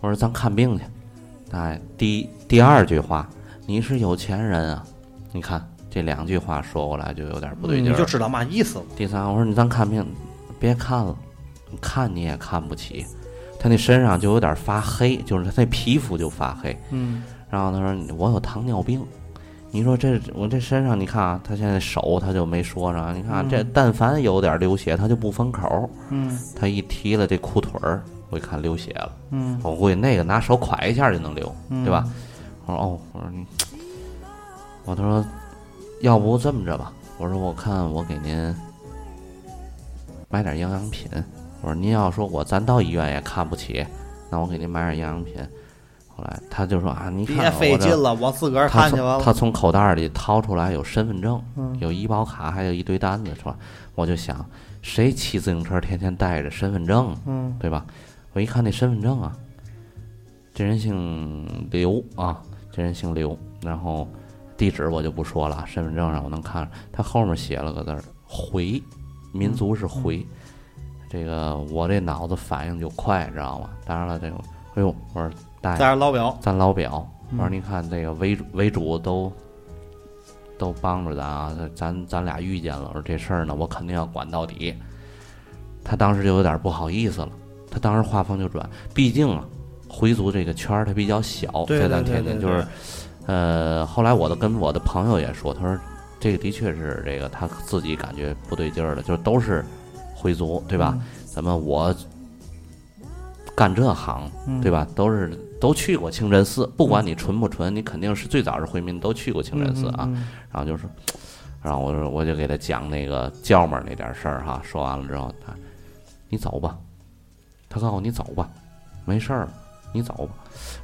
S3: 我说咱看病去。大爷第第二句话，你是有钱人啊，你看这两句话说过来就有点不对
S6: 嗯
S3: 劲
S6: 你
S3: 儿
S6: 就
S3: 了。
S6: 知道嘛意思了。
S3: 第三，我说你咱看病，别看了，看你也看不起。他那身上就有点发黑，就是他那皮肤就发黑。
S6: 嗯
S3: 然后他说你我有糖尿病，你说这我这身上你看啊，他现在手他就没说上，你看啊、这但凡有点流血，他就不封口。
S6: 嗯
S3: 他一提了这裤腿儿，我一看流血了，
S6: 嗯
S3: 我估计那个拿手蒯一下就能流，对吧？我说哦，我说你，我他说，要不这么着吧？我说我看我给您买点营养品。我说您要说我咱到医院也看不起，那我给您买点营养品。后来他就说啊，你看
S6: 别
S3: 我
S6: 费
S3: 这
S6: 劲了，我自个儿
S3: 他
S6: 看去
S3: 从
S6: 完
S3: 他
S6: 了。嗯
S3: 从口袋里掏出来有身份证，有医保卡，还有一堆单子，是吧？我就想，谁骑自行车天天带着身份证，
S6: 嗯
S3: 对吧？我一看那身份证啊，这人姓刘啊，这人姓刘，然后地址我就不说了，身份证上我能看，他后面写了个字儿“回”，
S6: 嗯
S3: 民族是回。这个我这脑子反应就快，知道吗？当然了，这个，哎呦，我说大爷
S6: 在，这儿老表，
S3: 咱老表，我说您看这个为主为主都都帮助咱啊，咱咱俩遇见了，我说这事儿呢，我肯定要管到底。他当时就有点不好意思了，他当时话锋就转，毕竟啊，回族这个圈儿它比较小，
S6: 对
S3: 在咱
S6: 对对
S3: 天津
S6: 对
S3: 就
S6: 对
S3: 是，呃，后来我的跟我的朋友也说，他说这个的确是这个他自己感觉不对劲儿了，就是都是回族，对
S6: 嗯
S3: 吧？咱们我干这行，
S6: 嗯
S3: 对吧？都是都去过清真寺，不管你纯不纯，你肯定是最早是回民，都去过清真寺啊。
S6: 嗯
S3: 然后就说，然后我说我就给他讲那个叫门那点事儿哈。说完了之后，他你走吧，他告诉我你走吧，没事儿了，你走吧。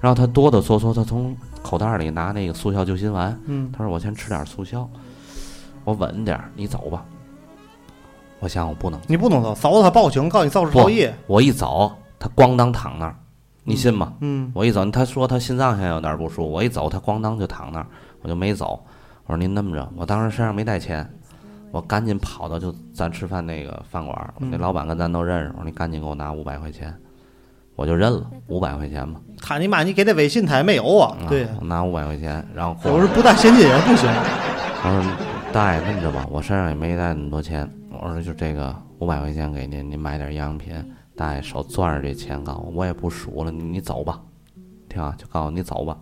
S3: 然后他哆哆嗦嗦，他从口袋里拿那个速效救心丸，
S6: 嗯
S3: 他说我先吃点速效，我稳点儿，你走吧。我想我不能
S6: 你不能走，凿他报警，告你肇事
S3: 不
S6: 逃逸。
S3: 我一走，他咣当躺那儿，你信吗？
S6: 嗯
S3: 我一走，他说他心脏现在有点不舒服，我一走，他咣当就躺那儿，我就没走。我说您那么着，我当时身上没带钱，我赶紧跑到就咱吃饭那个饭馆儿，我
S6: 嗯
S3: 那老板跟咱都认识，我说你赶紧给我拿五百块钱，我就认了五百块钱吧。
S6: 他你妈，你给他微信他也没有啊
S3: 啊？
S6: 对，
S3: 我拿五百块钱，然后过
S6: 有
S3: 来
S6: 时候不带现金也不行。
S3: 我说嗯大爷，这么着吧，我身上也没带那么多钱，我说就这个五百块钱给您，您买点营养品。大爷手攥着这钱，告诉我我也不数了，你你走吧，听啊，就告诉我你走吧。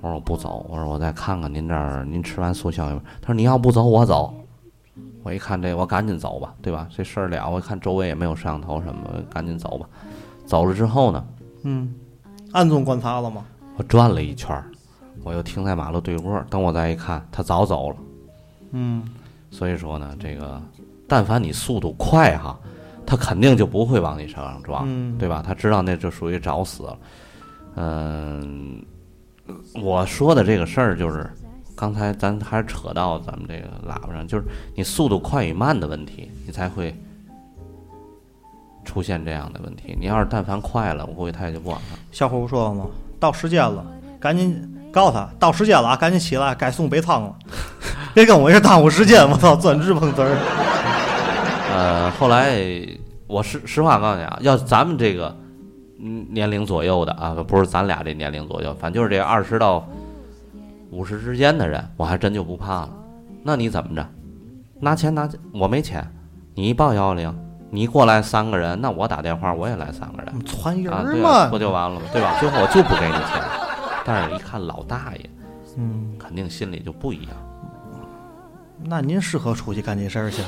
S3: 我说我不走，我说我再看看您这儿，您吃完速效药没？他说你要不走我走。我一看这，我赶紧走吧，对吧？这事儿了，我看周围也没有摄像头什么，赶紧走吧。走了之后呢，
S6: 嗯，暗中观察了吗？
S3: 我转了一圈儿，我又停在马路对过儿。等我再一看，他早走了。
S6: 嗯，
S3: 所以说呢，这个但凡你速度快哈，他肯定就不会往你身上撞，
S6: 嗯
S3: 对吧？他知道那就属于找死了。嗯，我说的这个事儿就是，刚才咱还是扯到咱们这个喇叭上，就是你速度快与慢的问题，你才会出现这样的问题。你要是但凡快了，我估计他也就不往上。
S6: 小伙不说了吗？到时间了，赶紧告诉他，到时间了啊，赶紧起来，该送北仓了， (laughs) 别跟我这耽误时间，我操，专治碰瓷儿。
S3: 呃，后来我实实话告诉你啊，要咱们这个嗯年龄左右的啊，不是咱俩这年龄左右，反正就是这二十到五十之间的人，我还真就不怕了。那你怎么着？拿钱拿钱，我没钱，你一报幺幺零，你一过来三个人，那我打电话我也来三个人
S6: (laughs) 传人
S3: 啊，
S6: 儿
S3: 对
S6: 嘛
S3: 啊，不，就完了吗？对吧？最后我就不给你钱，但是一看老大爷，
S6: 嗯，
S3: 肯定心里就不一样。
S6: 那您适合出去干这事儿去。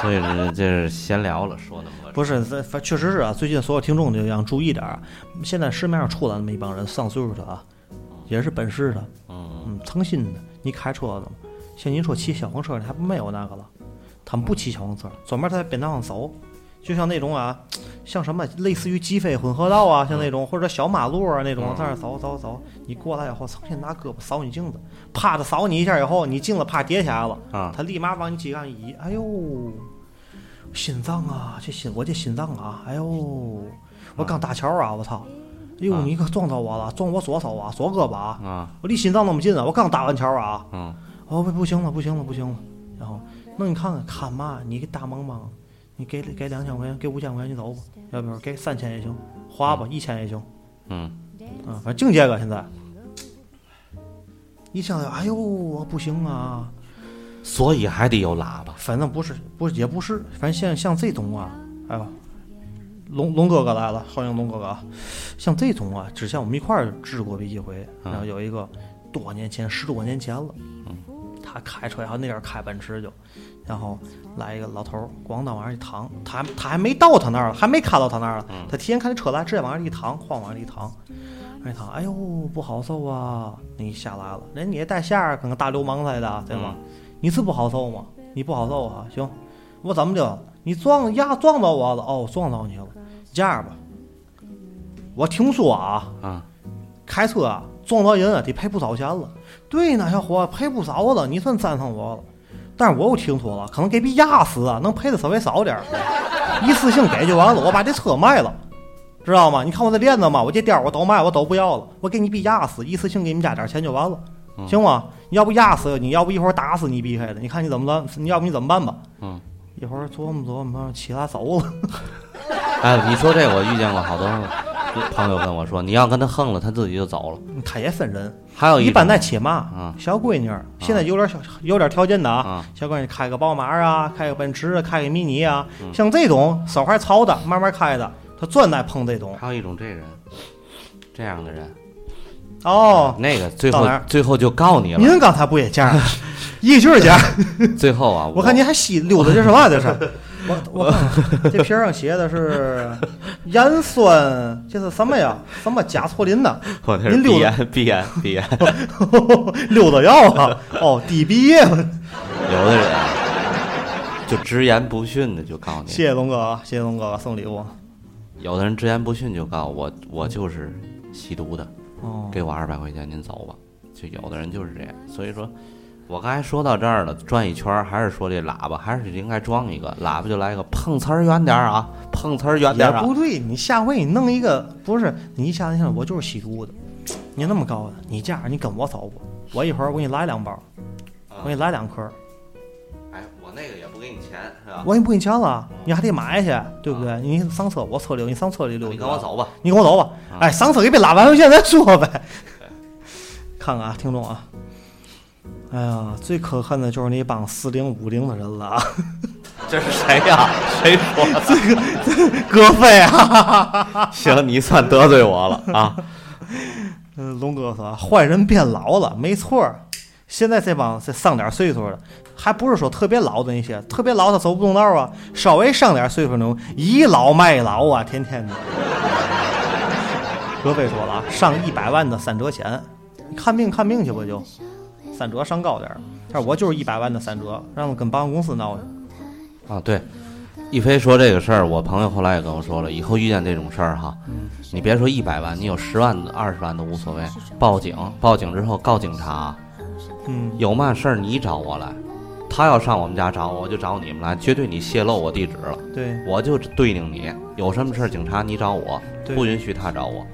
S3: 所以这这是闲聊了，说那么多。
S6: 不是，这反确实是啊。最近所有听众就要注意点儿啊，现在市面上出来那么一帮人上岁数的啊，也是本市的，
S3: 嗯，
S6: 嗯，诚心的。你开车的吗？像您说骑小黄车的，还没有那个了，他们不骑小黄车，专门在边道上走，就像那种啊，像什么类似于集飞混合道啊，像那种或者小马路啊那种，在那儿走走走，你过来以后，诚心拿胳膊扫你镜子，啪的扫你一下以后，你镜子啪跌下来了，
S3: 啊
S6: 他立马往你脊上一，哎呦，心脏啊，这心我这心脏啊，哎呦，我刚搭桥啊，我操，哎呦，
S3: 啊
S6: 你可撞到我了，撞我左手啊，左胳膊啊，
S3: 啊，
S6: 我离心脏那么近啊！我刚打完桥啊！
S3: 嗯。
S6: 哦，不，不行了，不行了，不行了。然后，那你看看，看嘛，你给大忙忙，你给给两千块钱，给五千块钱，你走吧。要不然给三千也行，花吧，一千也行。
S3: 嗯。
S6: 啊，反正净这个现在。一上来，哎呦，我不行啊！
S3: 所以还得有喇叭。
S6: 反正不是，不是，也不是，反正像像这种啊，哎呦，龙龙哥哥来了，欢迎龙哥哥啊！像这种啊，之前我们一块儿治过一回，然后有一个多年前，十多年前了，他开车，然后那阵儿开奔驰就，然后来一个老头儿，咣当往上一躺，他他还没到他那儿了，还没开到他那儿了，他提前看这车来，直接往上一躺，晃往上一躺，往上一躺，哎呦不好受啊！你下来了，人你也带下儿跟个大流氓似的，对吗？你是不好受吗？你不好受啊？行，我怎么的？你撞呀撞到我了？哦，撞到你了。这样吧，我听说啊，
S3: 啊，
S6: 开车啊撞到人啊得赔不少钱了。对呢，小伙赔不少了，你算沾上我了。但是我又听说了，可能给比压死啊，能赔的稍微少点儿，一次性给就完了。我把这车卖了，知道吗？你看我这链子嘛，我这貂儿我都卖，我都不要了，我给你比压死，一次性给你们家点儿钱就完了，
S3: 嗯
S6: 行吗？你要不压死你，要不一会儿打死你，避开的，你看你怎么办？你要不你怎么办吧？
S3: 嗯，
S6: 一会儿琢磨琢磨，起来走了。 (laughs)
S3: 哎，你说这我遇见过好多朋友跟我说，你要跟他横了，他自己就走了。
S6: 他也分人。
S3: 还有
S6: 一
S3: 一
S6: 般
S3: 种
S6: 在且嘛
S3: 啊，
S6: 小闺女儿现在有点小有点条件的啊
S3: 啊，
S6: 小闺女开个宝马啊，开个奔驰啊，开个迷你啊，
S3: 嗯
S6: 像这种手还糙的，慢慢开的，他专爱碰这种。
S3: 还有一种这人，这样的人，
S6: 哦，
S3: 那个最
S6: 到
S3: 后
S6: 哪儿
S3: 最后就告你了。
S6: 您刚才不也这样？ (laughs) 一句儿讲，
S3: 最后啊，
S6: 我看您还吸溜达这是嘛？这是？ (laughs) 我我看这瓶儿上写的 (laughs) 是盐酸，这是什么呀？什么甲唑林呢？ (laughs)
S3: 我那
S6: 您
S3: 是
S6: 溜
S3: 鼻
S6: 达
S3: 炎，鼻炎，鼻炎。
S6: 溜达药啊？哦，低鼻液。
S3: 有的人啊就直言不逊的就告
S6: 谢
S3: 你，
S6: 谢龙哥啊，谢谢龙哥送礼物。
S3: 有的人直言不逊就告我，我就是吸毒的，
S6: 哦，
S3: 给我二百块钱，您走吧。就有的人就是这样，所以说。我刚才说到这儿了，转一圈儿还是说这喇叭，还是应该装一个喇叭，就来个碰瓷儿远点儿啊，碰瓷儿远点
S6: 也
S3: 儿啊
S6: 不，对，你下回你弄一个，不是你一下子想我就是吸毒的，你那么高的，你这样你跟我走吧，我一会儿我给你来两包，我给你来两颗，
S3: 哎，我那个也不给你钱，是吧？
S6: 我也不给你钱了，你还得买去，对不对？你上车我车啊里有，你上车里溜，
S3: 你跟我，走吧。
S6: 你跟我走吧，哎，上车给别拉完，现在说呗。 (laughs) 看看啊，听众啊，哎呀，最可恨的就是那帮四零五零的人了啊， (laughs)
S3: 这是谁呀、 (laughs) 谁说的？ (laughs)
S6: 哥飞啊！
S3: 行，你算得罪我了啊！
S6: 嗯，龙哥说坏人变老了，没错儿。现在这帮这上点儿岁数的，还不是说特别老的那些，特别老他走不动道儿啊，稍微上点儿岁数那种倚老卖老啊，天天的。格菲说了啊，上一百万的三折险，你看病看病去吧就，三折上高点儿。但是我就是一百万的三折，让我跟保险公司闹去。
S3: 啊，对，一飞说这个事儿，我朋友后来也跟我说了，以后遇见这种事儿哈，你别说一百万，你有十万的、二十万都无所谓，报警，报警之后告警察，啊
S6: 嗯，
S3: 有嘛事儿你找我来，他要上我们家找我，我就找你们来，绝对你泄露我地址了，
S6: 对
S3: 我就对应你，有什么事儿警察你找我，
S6: 对
S3: 不允许他找我，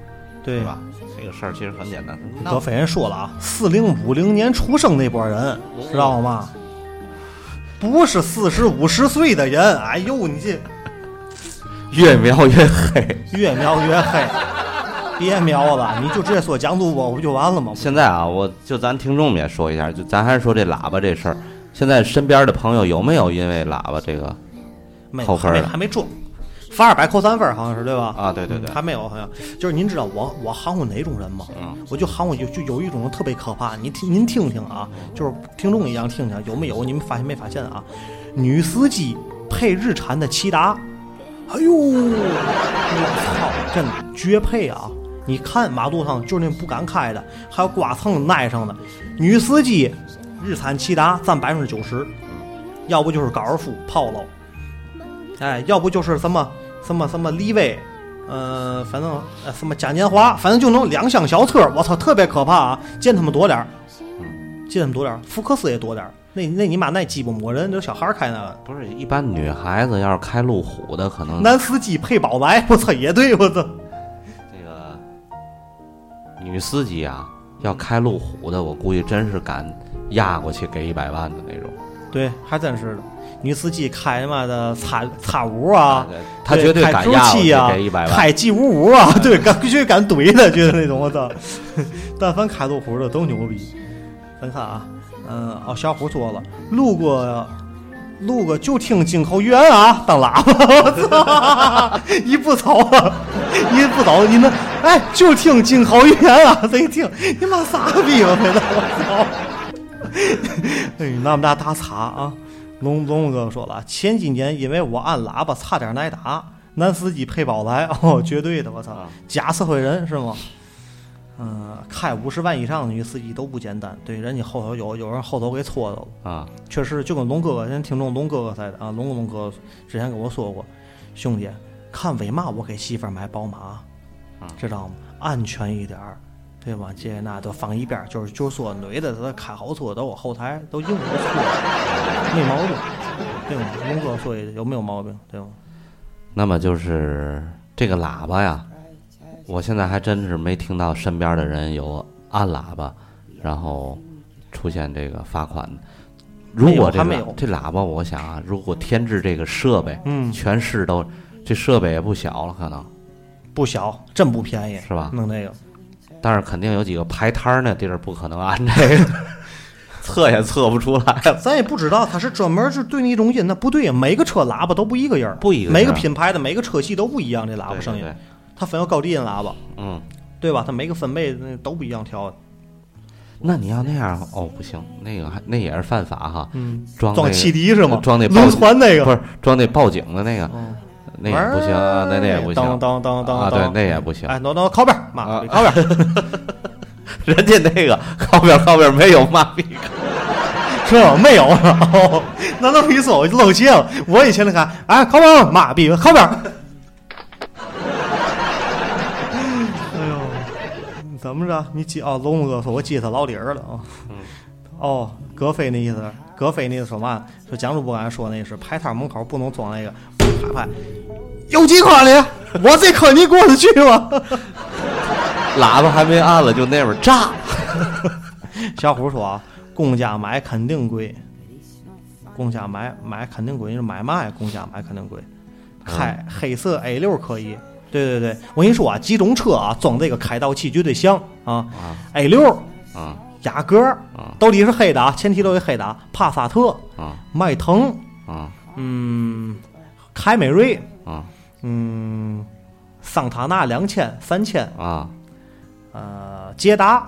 S6: 对
S3: 对吧？？这个事儿其实很简单，
S6: 德斐人说了啊，四零五零年出生那波人，知道吗？不是四十五十岁的人，哎呦，你这
S3: 越描越黑。
S6: 越描越黑，别描了，你就直接说蒋主播不就完了吗？
S3: 现在啊，我就咱听众们也说一下，就咱还是说这喇叭这事儿。现在身边的朋友有没有因为喇叭这个
S6: 没
S3: 扣分
S6: 还
S3: 儿
S6: 没
S3: 了
S6: 还没中，罚二百扣三分儿，好像是对吧？
S3: 啊？对对对，
S6: 还没有，好像就是您知道我我含糊哪种人吗？
S3: 嗯
S6: 我就含糊有就有一种人特别可怕，您听您听听啊，就是听众一样听啊听有没有？你们发现没发现啊？女司机配日产的骐达，哎呦，我操，真的绝配啊！你看马路上就是那不敢开的，还有刮蹭耐上的女司机，日产骐达占百分之九十，要不就是高尔夫、Polo，哎，要不就是什么什么什么利威，呃，反正呃什么嘉年华，反正就那种两厢小车，我操，特别可怕啊！见他们多点儿，
S3: 嗯
S6: 见他们多点儿，福克斯也多点儿。那那你妈那鸡巴磨人，就小孩儿开那个，
S3: 不是一般女孩子要是开路虎的，可能
S6: 男司机配宝来，我操也对，我操，
S3: 这个女司机啊，要开路虎的，我估计真是敢压过去给一百万的那种。
S6: 对，还真是的。女司机开他妈的叉叉五啊，
S3: 对，她绝对
S6: 开
S3: 敢
S6: 猪
S3: 压过
S6: 七
S3: 去
S6: 啊
S3: 给一百万。
S6: 开 G 五五
S3: (laughs)
S6: 啊，对，敢必须敢怼的，就是那种我操。但凡开路虎的都牛逼。咱看啊，嗯，哦，小虎说了，路过路过就听金口玉言啊，当喇叭，我操，一不走啊，一不走，你们哎就听金口玉言啊，这一听你妈傻逼吧，这都我操。 (laughs) 哎，那么大打岔啊！龙龙哥说了，前几年因为我按喇叭差点挨打，男司机配宝来哦，绝对的，我操
S3: 啊，
S6: 假社会人是吗？嗯、开五十万以上的女司机都不简单，对，人家后头有有人后头给搓着了，
S3: 啊，
S6: 确实就跟龙哥哥，人家听众龙哥哥似的啊，龙龙哥之前跟我说过，兄弟，看为嘛我给媳妇儿买宝马，
S3: 啊
S6: 知道吗？安全一点儿，对吧？这那都放一边儿，就是就说女的她开好车都有后台，都硬不错，没毛病，对吗？龙哥说的有没有毛病，对吗？
S3: 那么就是这个喇叭呀，我现在还真是没听到身边的人有按喇叭，然后出现这个罚款的。如果这
S6: 没有还没
S3: 个
S6: 有
S3: 这喇叭，我想啊，如果添置这个设备，
S6: 嗯
S3: 全市都这设备也不小了，可能
S6: 不小，真不便宜，
S3: 是吧
S6: 弄这个，
S3: 但是肯定有几个排摊儿那地儿不可能按这个， (laughs) 测也测不出来。
S6: 咱也不知道他是专门是对那种音，那不对呀，每个车喇叭都不一个样儿，
S3: 不一个样儿
S6: 每个品牌的每个车系都不一样，这喇叭
S3: 对
S6: 声
S3: 对
S6: 音，
S3: 对，
S6: 它分有高低音喇叭，
S3: 嗯，
S6: 对吧？它每个分贝那都不一样调的，
S3: 那你要那样哦，不行，那个还那也是犯法哈。
S6: 嗯，
S3: 装那
S6: 装
S3: 个
S6: 汽笛是吗？
S3: 装那
S6: 轮
S3: 报
S6: 船那个
S3: 不是装那报警的那个，
S6: 嗯
S3: 那也不行，啊，那那也不行
S6: 哎当当当当
S3: 啊，对，
S6: 当
S3: 那也不行。
S6: 哎，挪挪靠边儿，妈
S3: 啊
S6: 靠边儿，
S3: (laughs) 人家那个靠边靠边没有骂逼，
S6: 是吗？没有，哦那都是说我露怯了。我以前那看，哎，靠边儿，妈逼，靠边儿。哎呦，怎么着？你记哦，龙哥说，我记他老理儿了啊。哦，葛飞那意思，葛飞那意思说嘛？啊说蒋主播刚才说那是排摊门口不能装那个，啪啪，有几块的？我这坑你过得去吗？
S3: 喇叭还没按了就那边
S6: (laughs)
S3: 炸。
S6: 小虎说啊，公家买肯定贵，公家买买肯定贵，你说买嘛呀？公家买肯定贵。
S3: 嗯
S6: 开黑色 A 六可以，对对对，我跟你说啊，几种车啊装这个开道器绝对像啊，A 六、
S3: 啊
S6: 雅阁
S3: 啊
S6: 都里是黑的，啊，前提都是黑的，啊，帕萨特、
S3: 啊
S6: 迈腾，
S3: 啊
S6: 嗯，凯美瑞，
S3: 啊
S6: 嗯，桑塔纳两千、三千，
S3: 啊！
S6: 呃，捷达。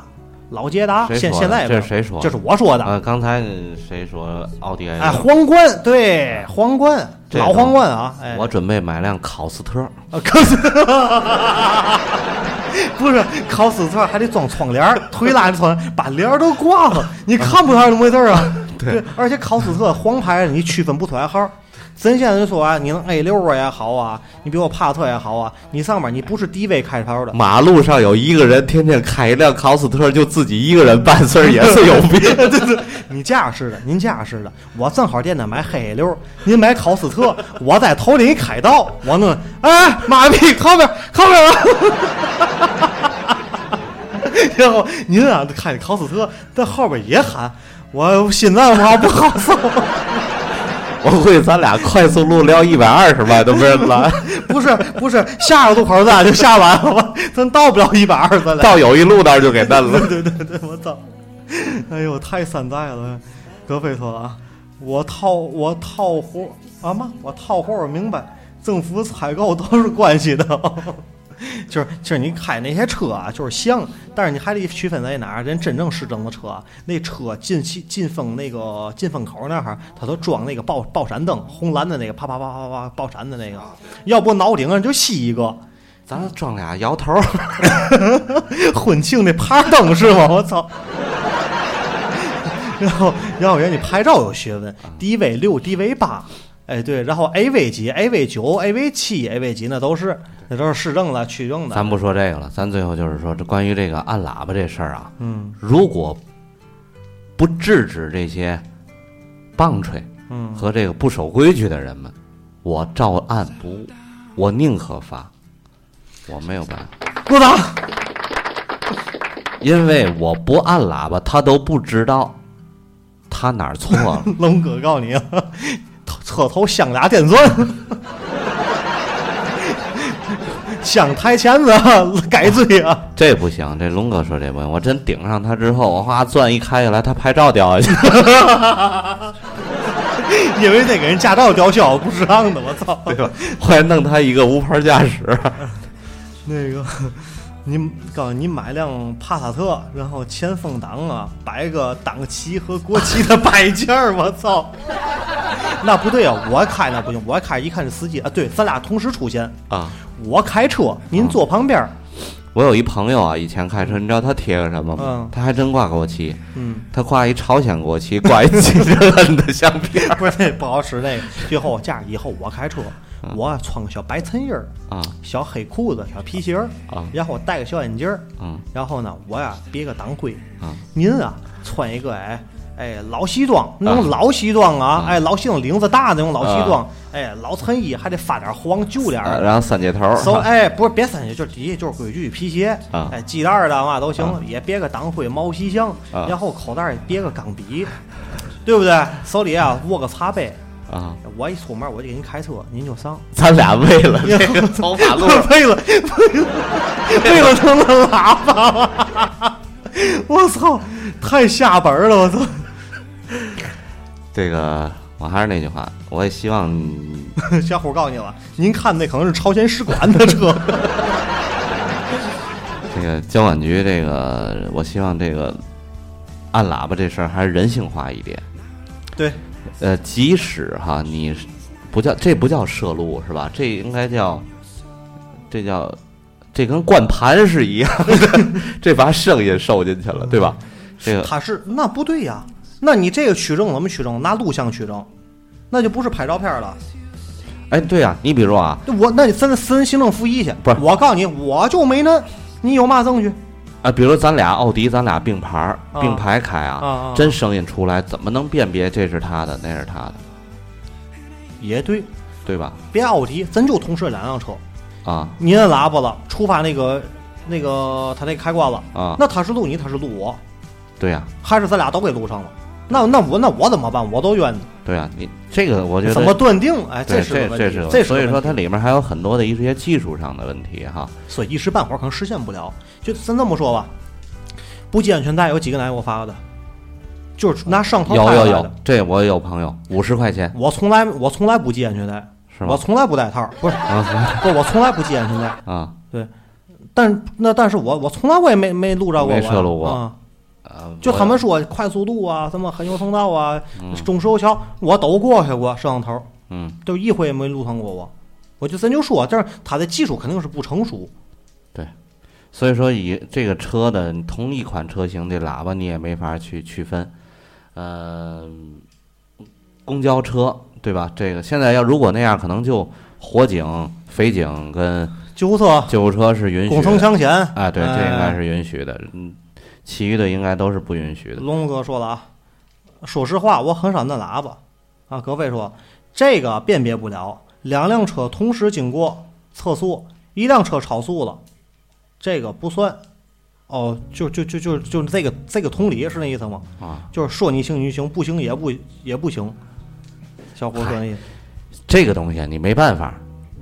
S6: 老捷达，
S3: 谁
S6: 现
S3: 说
S6: 现
S3: 的
S6: 在也
S3: 这
S6: 没有
S3: 是谁说的
S6: 这是我说的。
S3: 啊，刚才谁说奥迪 A
S6: 哎，皇冠对皇冠，
S3: 这种
S6: 老皇冠啊！哎，
S3: 我准备买辆考斯特，
S6: 啊可是不是烤死串还得装窗帘儿，推拉着窗帘儿把帘儿都挂 (laughs) 了，你看不出来怎么回事儿啊？对，而且考斯特黄牌你区分不出来号儿。咱现在就说啊，你能 A 六啊也好啊，你比我帕萨特也好啊，你上面你不是低位开头的，
S3: 马路上有一个人天天开一辆考斯特，就自己一个人办事儿也是有病。
S6: 对对， (laughs) 对你这样似的，您这样似的，我正好店呢买黑溜，您买考斯特，我在头顶一开道，我弄，哎，妈逼，靠边，靠边啊！然后您啊开考斯特，在后边也喊，我心脏不好不好受，
S3: 我估计咱俩快速路聊一百二十迈都没人拦，
S6: 不是不是，下个路口咱俩就下完了吧，咱到不了一百二，咱俩。
S3: 到友谊路那儿就给摁了。
S6: 对对对对，我操！ (laughs) 哎呦，太山寨了。葛飞说了啊，我套我套活啊嘛，我套活我明白，政府采购都是关系的。 (laughs) 就是就是你开那些车啊，就是像，但是你还得区分在哪儿。人真正市政的车啊，那车进气进风那个进风口那儿，它都装那个爆爆闪灯，红蓝的那个啪啪啪啪啪爆闪的那个，要不脑顶上就吸一个。
S3: 咱装俩摇头，
S6: (laughs) 婚庆那趴灯是吗？ (laughs) 我操！然后，然后人家拍照有学问，DV 六、DV 八，哎对，然后 AV 几、AV 九、AV 七、AV 几那都是，那都是市政的、区政
S3: 咱
S6: 的。
S3: 不说这个了，咱最后就是说，这关于这个按喇叭这事儿啊，
S6: 嗯
S3: 如果不制止这些棒槌
S6: 嗯，
S3: 和这个不守规矩的人们，我照按不误，我宁可罚，我没有办法，
S6: 鼓掌。
S3: 因为我不按喇叭，他都不知道他哪儿错了。
S6: 龙哥告诉你， (laughs) 头车头镶俩电钻，镶台钳子 (laughs) 啊改罪啊！
S3: 这不行，这龙哥说这不行，我真顶上他之后，我哗钻一开下来，他拍照掉下去。 (laughs)
S6: 因为那给人驾照吊销，不是让的，我操！对吧？
S3: 后来弄他一个无牌驾驶，
S6: 那个， (laughs) 你告诉你买辆帕萨特，然后前风挡啊，摆个党旗和国旗的摆件儿，我操！那不对啊，我开那不行，我开一看是司机啊，对，咱俩同时出现
S3: 啊。
S6: 我开车，您坐旁边儿， (laughs)
S3: 我有一朋友啊，以前开车，你知道他贴个什么吗？
S6: 嗯
S3: 他还真挂国旗，
S6: 嗯，
S3: 他挂一朝鲜国旗，挂一金正恩 (laughs) 的相片儿
S6: 不是那不好使那个。最后这样，以后我开车，我穿个小白衬衣儿，
S3: 啊
S6: 小黑裤子、小皮鞋儿
S3: 啊
S6: 然后戴个小眼镜儿，
S3: 嗯
S6: 然后呢，我呀别个党徽，
S3: 啊
S6: 您啊穿一个哎哎老西装，那种
S3: 啊
S6: 老西装啊，
S3: 啊
S6: 哎老西装领子大那种老西装，哎老衬衣还得发点黄旧点
S3: 啊，
S6: 儿。
S3: 然后三接头儿，
S6: 手
S3: 啊
S6: 哎，不是别三鞋，就是底下就是规矩皮鞋，
S3: 啊
S6: 哎系带儿的嘛都行，
S3: 啊
S6: 也别个党徽毛细象，
S3: 啊
S6: 然后口袋儿也别个钢笔，对不对？手里啊握个茶杯，
S3: 啊，
S6: 我一出门我就给您开车，您就上。
S3: 咱俩为了这个走马路，
S6: (laughs) 为了为了为了他们喇叭， (laughs) 我操，太下本儿了，我操！
S3: 这个我还是那句话，我也希望你
S6: 小虎告诉你了，您看那可能是朝鲜使馆的车。
S3: 这个交管局这个，我希望这个按喇叭这事儿还是人性化一点。
S6: 对，
S3: 呃，即使哈你是不叫这不叫涉路是吧？这应该叫这叫这跟灌盘是一样的， (laughs) 这把声音收进去了， (laughs) 对啊吧？这个
S6: 他是那不对呀，那你这个取证怎么取证？拿录像取证，那就不是拍照片了。
S3: 哎，对啊，你比如啊
S6: 我那你真的私人行政复议去？
S3: 不是
S6: 我告诉你，我就没那，你有嘛证据？
S3: 啊，比如咱俩奥迪，咱俩并排儿
S6: 啊
S3: 并排开啊，
S6: 啊啊啊
S3: 真声音出来怎么能辨别这是他的，那是他的，
S6: 也对，
S3: 对吧？
S6: 别奥迪，咱就同时两辆车，
S3: 啊
S6: 你摁喇叭了，触发那个那个他那开关了，
S3: 啊，
S6: 那他是录你，他是录我，
S3: 对呀、
S6: 还是咱俩都给录上了？那那我那我怎么办？我都冤呢，
S3: 对呀、你这个我觉得
S6: 怎么断定？哎，
S3: 对，
S6: 是个
S3: 这
S6: 问题，
S3: 是个
S6: 这
S3: 所以
S6: 个
S3: 说
S6: 问题
S3: 它里面还有很多的一些技术上的问题哈。
S6: 所以一时半会儿可能实现不了。就咱这么说吧，不系安全带有几个人给我发的？就是拿上头
S3: 有
S6: 带
S3: 有
S6: 来
S3: 有
S6: 的。，
S3: 这我有朋友五十块钱
S6: 我从来我从来不系安全带，
S3: 是
S6: 我
S3: 吗？
S6: 从来不带套，不是
S3: 啊
S6: 不，我从来不系安全带。
S3: 啊
S6: 但那但是我我从来我也没没录着过，
S3: 没摄录过
S6: 啊。
S3: 啊！
S6: 就
S3: 我
S6: 他们说快速度啊，什么横游通道啊，中石油桥，我都过去过摄像头，
S3: 嗯，
S6: 就一回也没录上过我。我就咱就说，但是他的技术肯定是不成熟，
S3: 所以说以这个车的同一款车型的喇叭你也没法去区分。嗯、公交车对吧？这个现在要如果那样，可能就火警、匪警跟
S6: 救护车、
S3: 救护车是允许
S6: 工程
S3: 的。
S6: 抢险
S3: 啊，对，这
S6: 哎
S3: 应该是允许的。嗯，其余的应该都是不允许的。
S6: 龙哥说了啊，说实话，我很少摁喇叭啊。葛飞说这个辨别不了，两辆车同时经过测速，一辆车超速了，这个不算。哦，就就就就就这个这个同理是那意思吗？
S3: 啊，
S6: 就是说你行你行，不行也不也不行。小伙说那意思，
S3: 这个东西你没办法，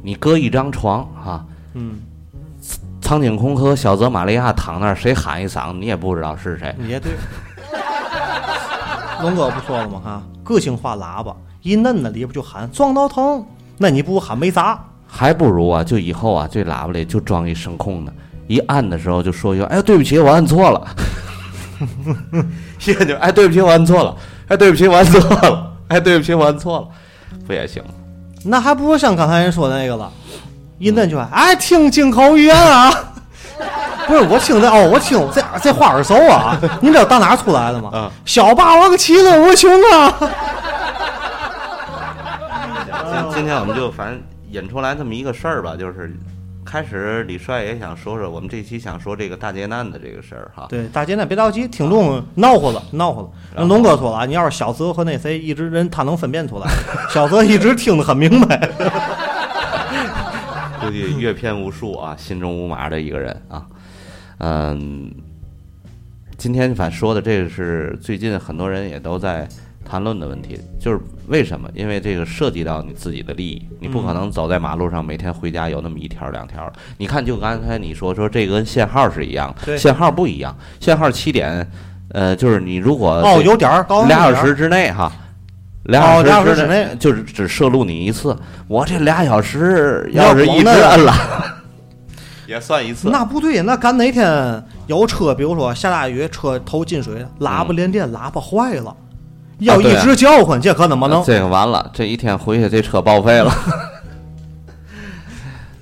S3: 你搁一张床啊，
S6: 嗯，
S3: 苍井空和小泽玛利亚躺那儿，谁喊一嗓子，你也不知道是谁。
S6: 也对。龙哥不说了吗？哈、个性化喇叭一摁那里边就喊撞到疼，那你不如喊没砸。
S3: 还不如啊，就以后啊，这喇叭里就装一声控的，一按的时候就说一句：“哎，对不起，我按错了。”一按就哎，对不起，我按错了。哎，对不起，我按错了。哎，对不起，我按错了，不也行吗？
S6: 那还不如像刚才人说的那个了，一嫩就哎，听进口语言啊，不是我听的哦，我听这这话耳熟啊，你知道打哪儿出来的吗？
S3: 啊
S6: 小霸王其乐无穷啊！
S3: 今今天我们就反正引出来这么一个事儿吧，就是开始李帅也想说说我们这期想说这个大劫难的这个事儿哈。
S6: 对，大姐呢别着急，听众闹和了，闹和了。
S3: 然
S6: 人
S3: 后
S6: 龙哥说了啊，你要是小泽和那谁一直人，他能分辨出来，小泽一直听得很明白。
S3: 估计阅片无数啊，心中无麻的一个人啊。嗯，今天反说的这个是最近很多人也都在谈论的问题，就是为什么？因为这个涉及到你自己的利益，你不可能走在马路上每天回家有那么一条两条的。你看，就刚才你说说这个跟限号是一样，
S6: 对
S3: 限号不一样，限号七点，呃，就是你如果
S6: 哦，有点儿高，
S3: 俩
S6: 有点
S3: 小
S6: 儿
S3: 时之内哈，俩
S6: 俩小时
S3: 之
S6: 之内
S3: 就是只摄录你一次。我这俩小时
S6: 要
S3: 要是
S6: 广
S3: 一直
S6: 的
S3: 摁了，也算一次。
S6: 那不对，那赶哪天有车，比如说下大雨，车头进水，
S3: 嗯
S6: 喇叭连电，喇叭坏了，要
S3: 对
S6: 一
S3: 啊
S6: 直叫唤，这可怎么
S3: 啊
S6: 弄？
S3: 这个完了，这一天回去这车报废了。 (laughs)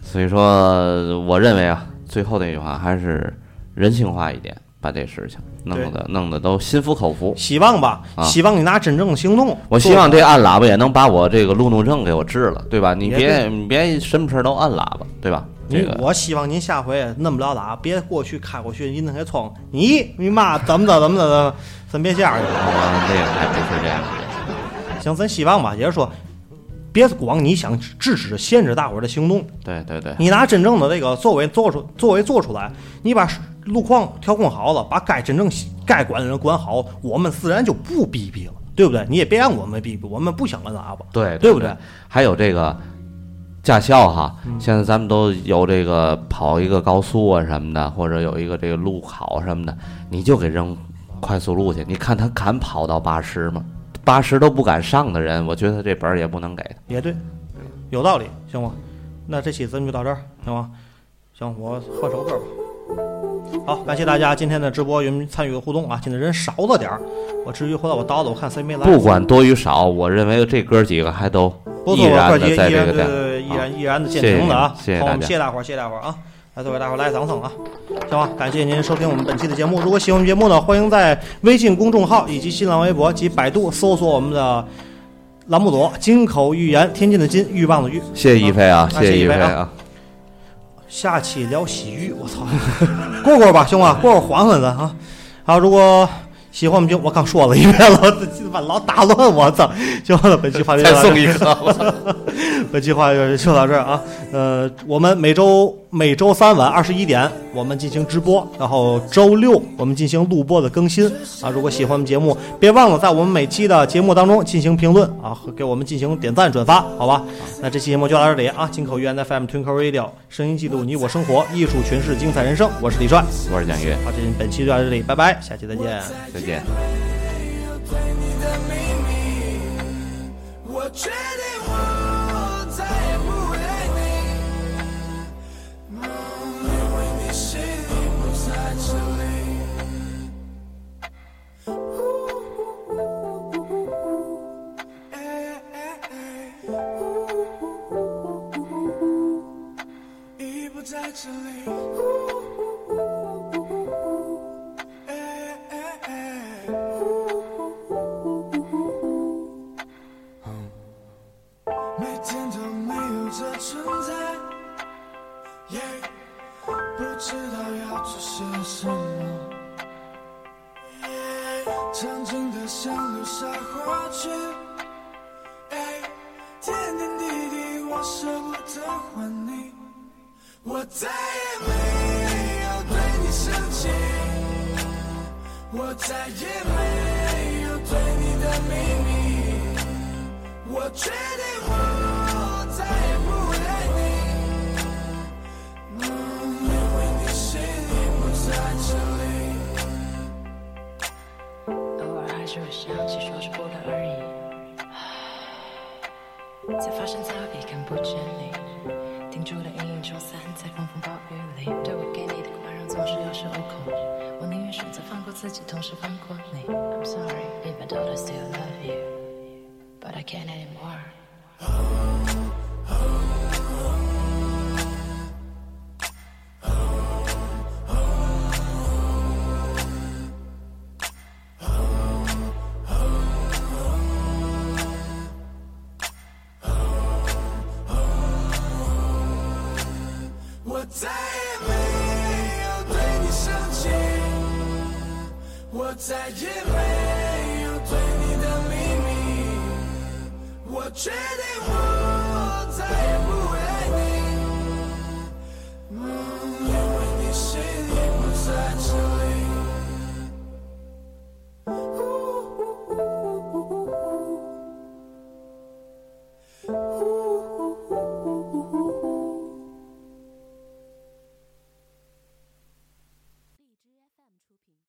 S3: 所以说，我认为啊，最后那句话还是人性化一点，把这事情弄得弄得都心服口服。
S6: 希望吧，
S3: 啊
S6: 希望你拿真正的行动。
S3: 我希望这按喇叭也能把我这个路怒症给我治了，对吧？你
S6: 也
S3: 别
S6: 对
S3: 你别什么事儿都按喇叭，对吧？
S6: 你
S3: 这个，
S6: 我希望您下回弄不了打，别过去开过去，您那个窗，你你妈怎么的怎么的怎么的，咱别这样
S3: 我嗯那个还不是这样的。
S6: 行，咱希望吧，也是说，别光你想制止、限制大伙儿的行动，
S3: 对对对，
S6: 你拿真正的这个作为做出作为做出来，你把路况调控好了，把该真正该管的人管好，我们自然就不逼逼了。对不对？你也别让我们逼逼，我们不想摁喇叭。
S3: 对
S6: 对
S3: 对
S6: 不对？
S3: 还有这个驾校哈，
S6: 嗯
S3: 现在咱们都有这个跑一个高速啊什么的，或者有一个这个路考什么的，你就给扔快速路去，你看他敢跑到八十吗？八十都不敢上的人，我觉得这本儿也不能给他。
S6: 也对，有道理，行吗？那这期咱们就到这儿，行吗？行，我换首歌吧。好，感谢大家今天的直播云参与的互动啊！今天人少了点儿，我至于回头我叨叨，我看谁没来。
S3: 不管多与少，我认为这哥几个还都
S6: 不
S3: 毅
S6: 错吧，
S3: 然
S6: 快
S3: 的
S6: 捷，
S3: 在
S6: 依
S3: 这
S6: 然
S3: 个
S6: 对
S3: 地
S6: 对
S3: 儿。
S6: 对，依然依然的
S3: 谢
S6: 践
S3: 谢
S6: 行的啊！
S3: 谢谢
S6: 好，我
S3: 大
S6: 们
S3: 家
S6: 谢谢大伙儿，谢谢大伙儿啊！来，各位大伙儿来掌声啊！行吧，感谢您收听我们本期的节目。如果喜欢我们节目呢，欢迎在微信公众号以及新浪微博及百度搜索我们的栏目组“金口玉言”，天津的金，鹬蚌的鹬。
S3: 谢谢一飞啊，
S6: 啊
S3: 谢
S6: 谢谢
S3: 一
S6: 一
S3: 飞
S6: 飞
S3: 啊，
S6: 下期聊洗浴，我操，过过吧，兄弟，过过缓缓咱啊。好，如果喜欢我们就我刚说了一遍了，这鸡巴老 (laughs) 打乱我操！行了，本期话题就
S3: (laughs) 再
S6: 到这
S3: 送
S6: 儿，
S3: 一个。
S6: (laughs) 本期话题就到这儿啊。呃，我们每周每周三晚二十一点我们进行直播，然后周六我们进行录播的更新啊。如果喜欢我们节目，别忘了在我们每期的节目当中进行评论啊，和给我们进行点赞转发，好吧？那这期节目就到这里啊。进口语言 FM Twinkle Radio，声音记录你我生活，艺术诠释精彩人生，我是李帅。
S3: 我是蒋越，
S6: 好，这本期就到这里，拜拜，下期再见。
S3: 再见。
S7: 我确定我再也不为你，嗯，因为你心里不在这里。呜呜呜呜呜，哎哎哎，呜呜呜呜呜，已不在这里。呜呜呜呜呜，哎哎哎，呜呜呜呜呜。每天都没有这存在，耶，不知道要做些什么。哎曾经的像流沙过去，哎，点点滴滴我舍不得还你，我再也没有对你生气，我再也没有对你的秘密。我决定我再也不为你，嗯，因为你心里不在这里。
S8: 偶尔还是会想起，说是不得而已。唉才发现早已看不见你，停住的阴影消散在狂风暴雨里。对我给你的宽容总是有恃无恐，我宁愿选择放过自己，同时放过你。I'm sorry, even though I still love you, but I can't anymore.
S7: 我再也没有对你生气，我再也没有对你的秘密，我决定我再也不为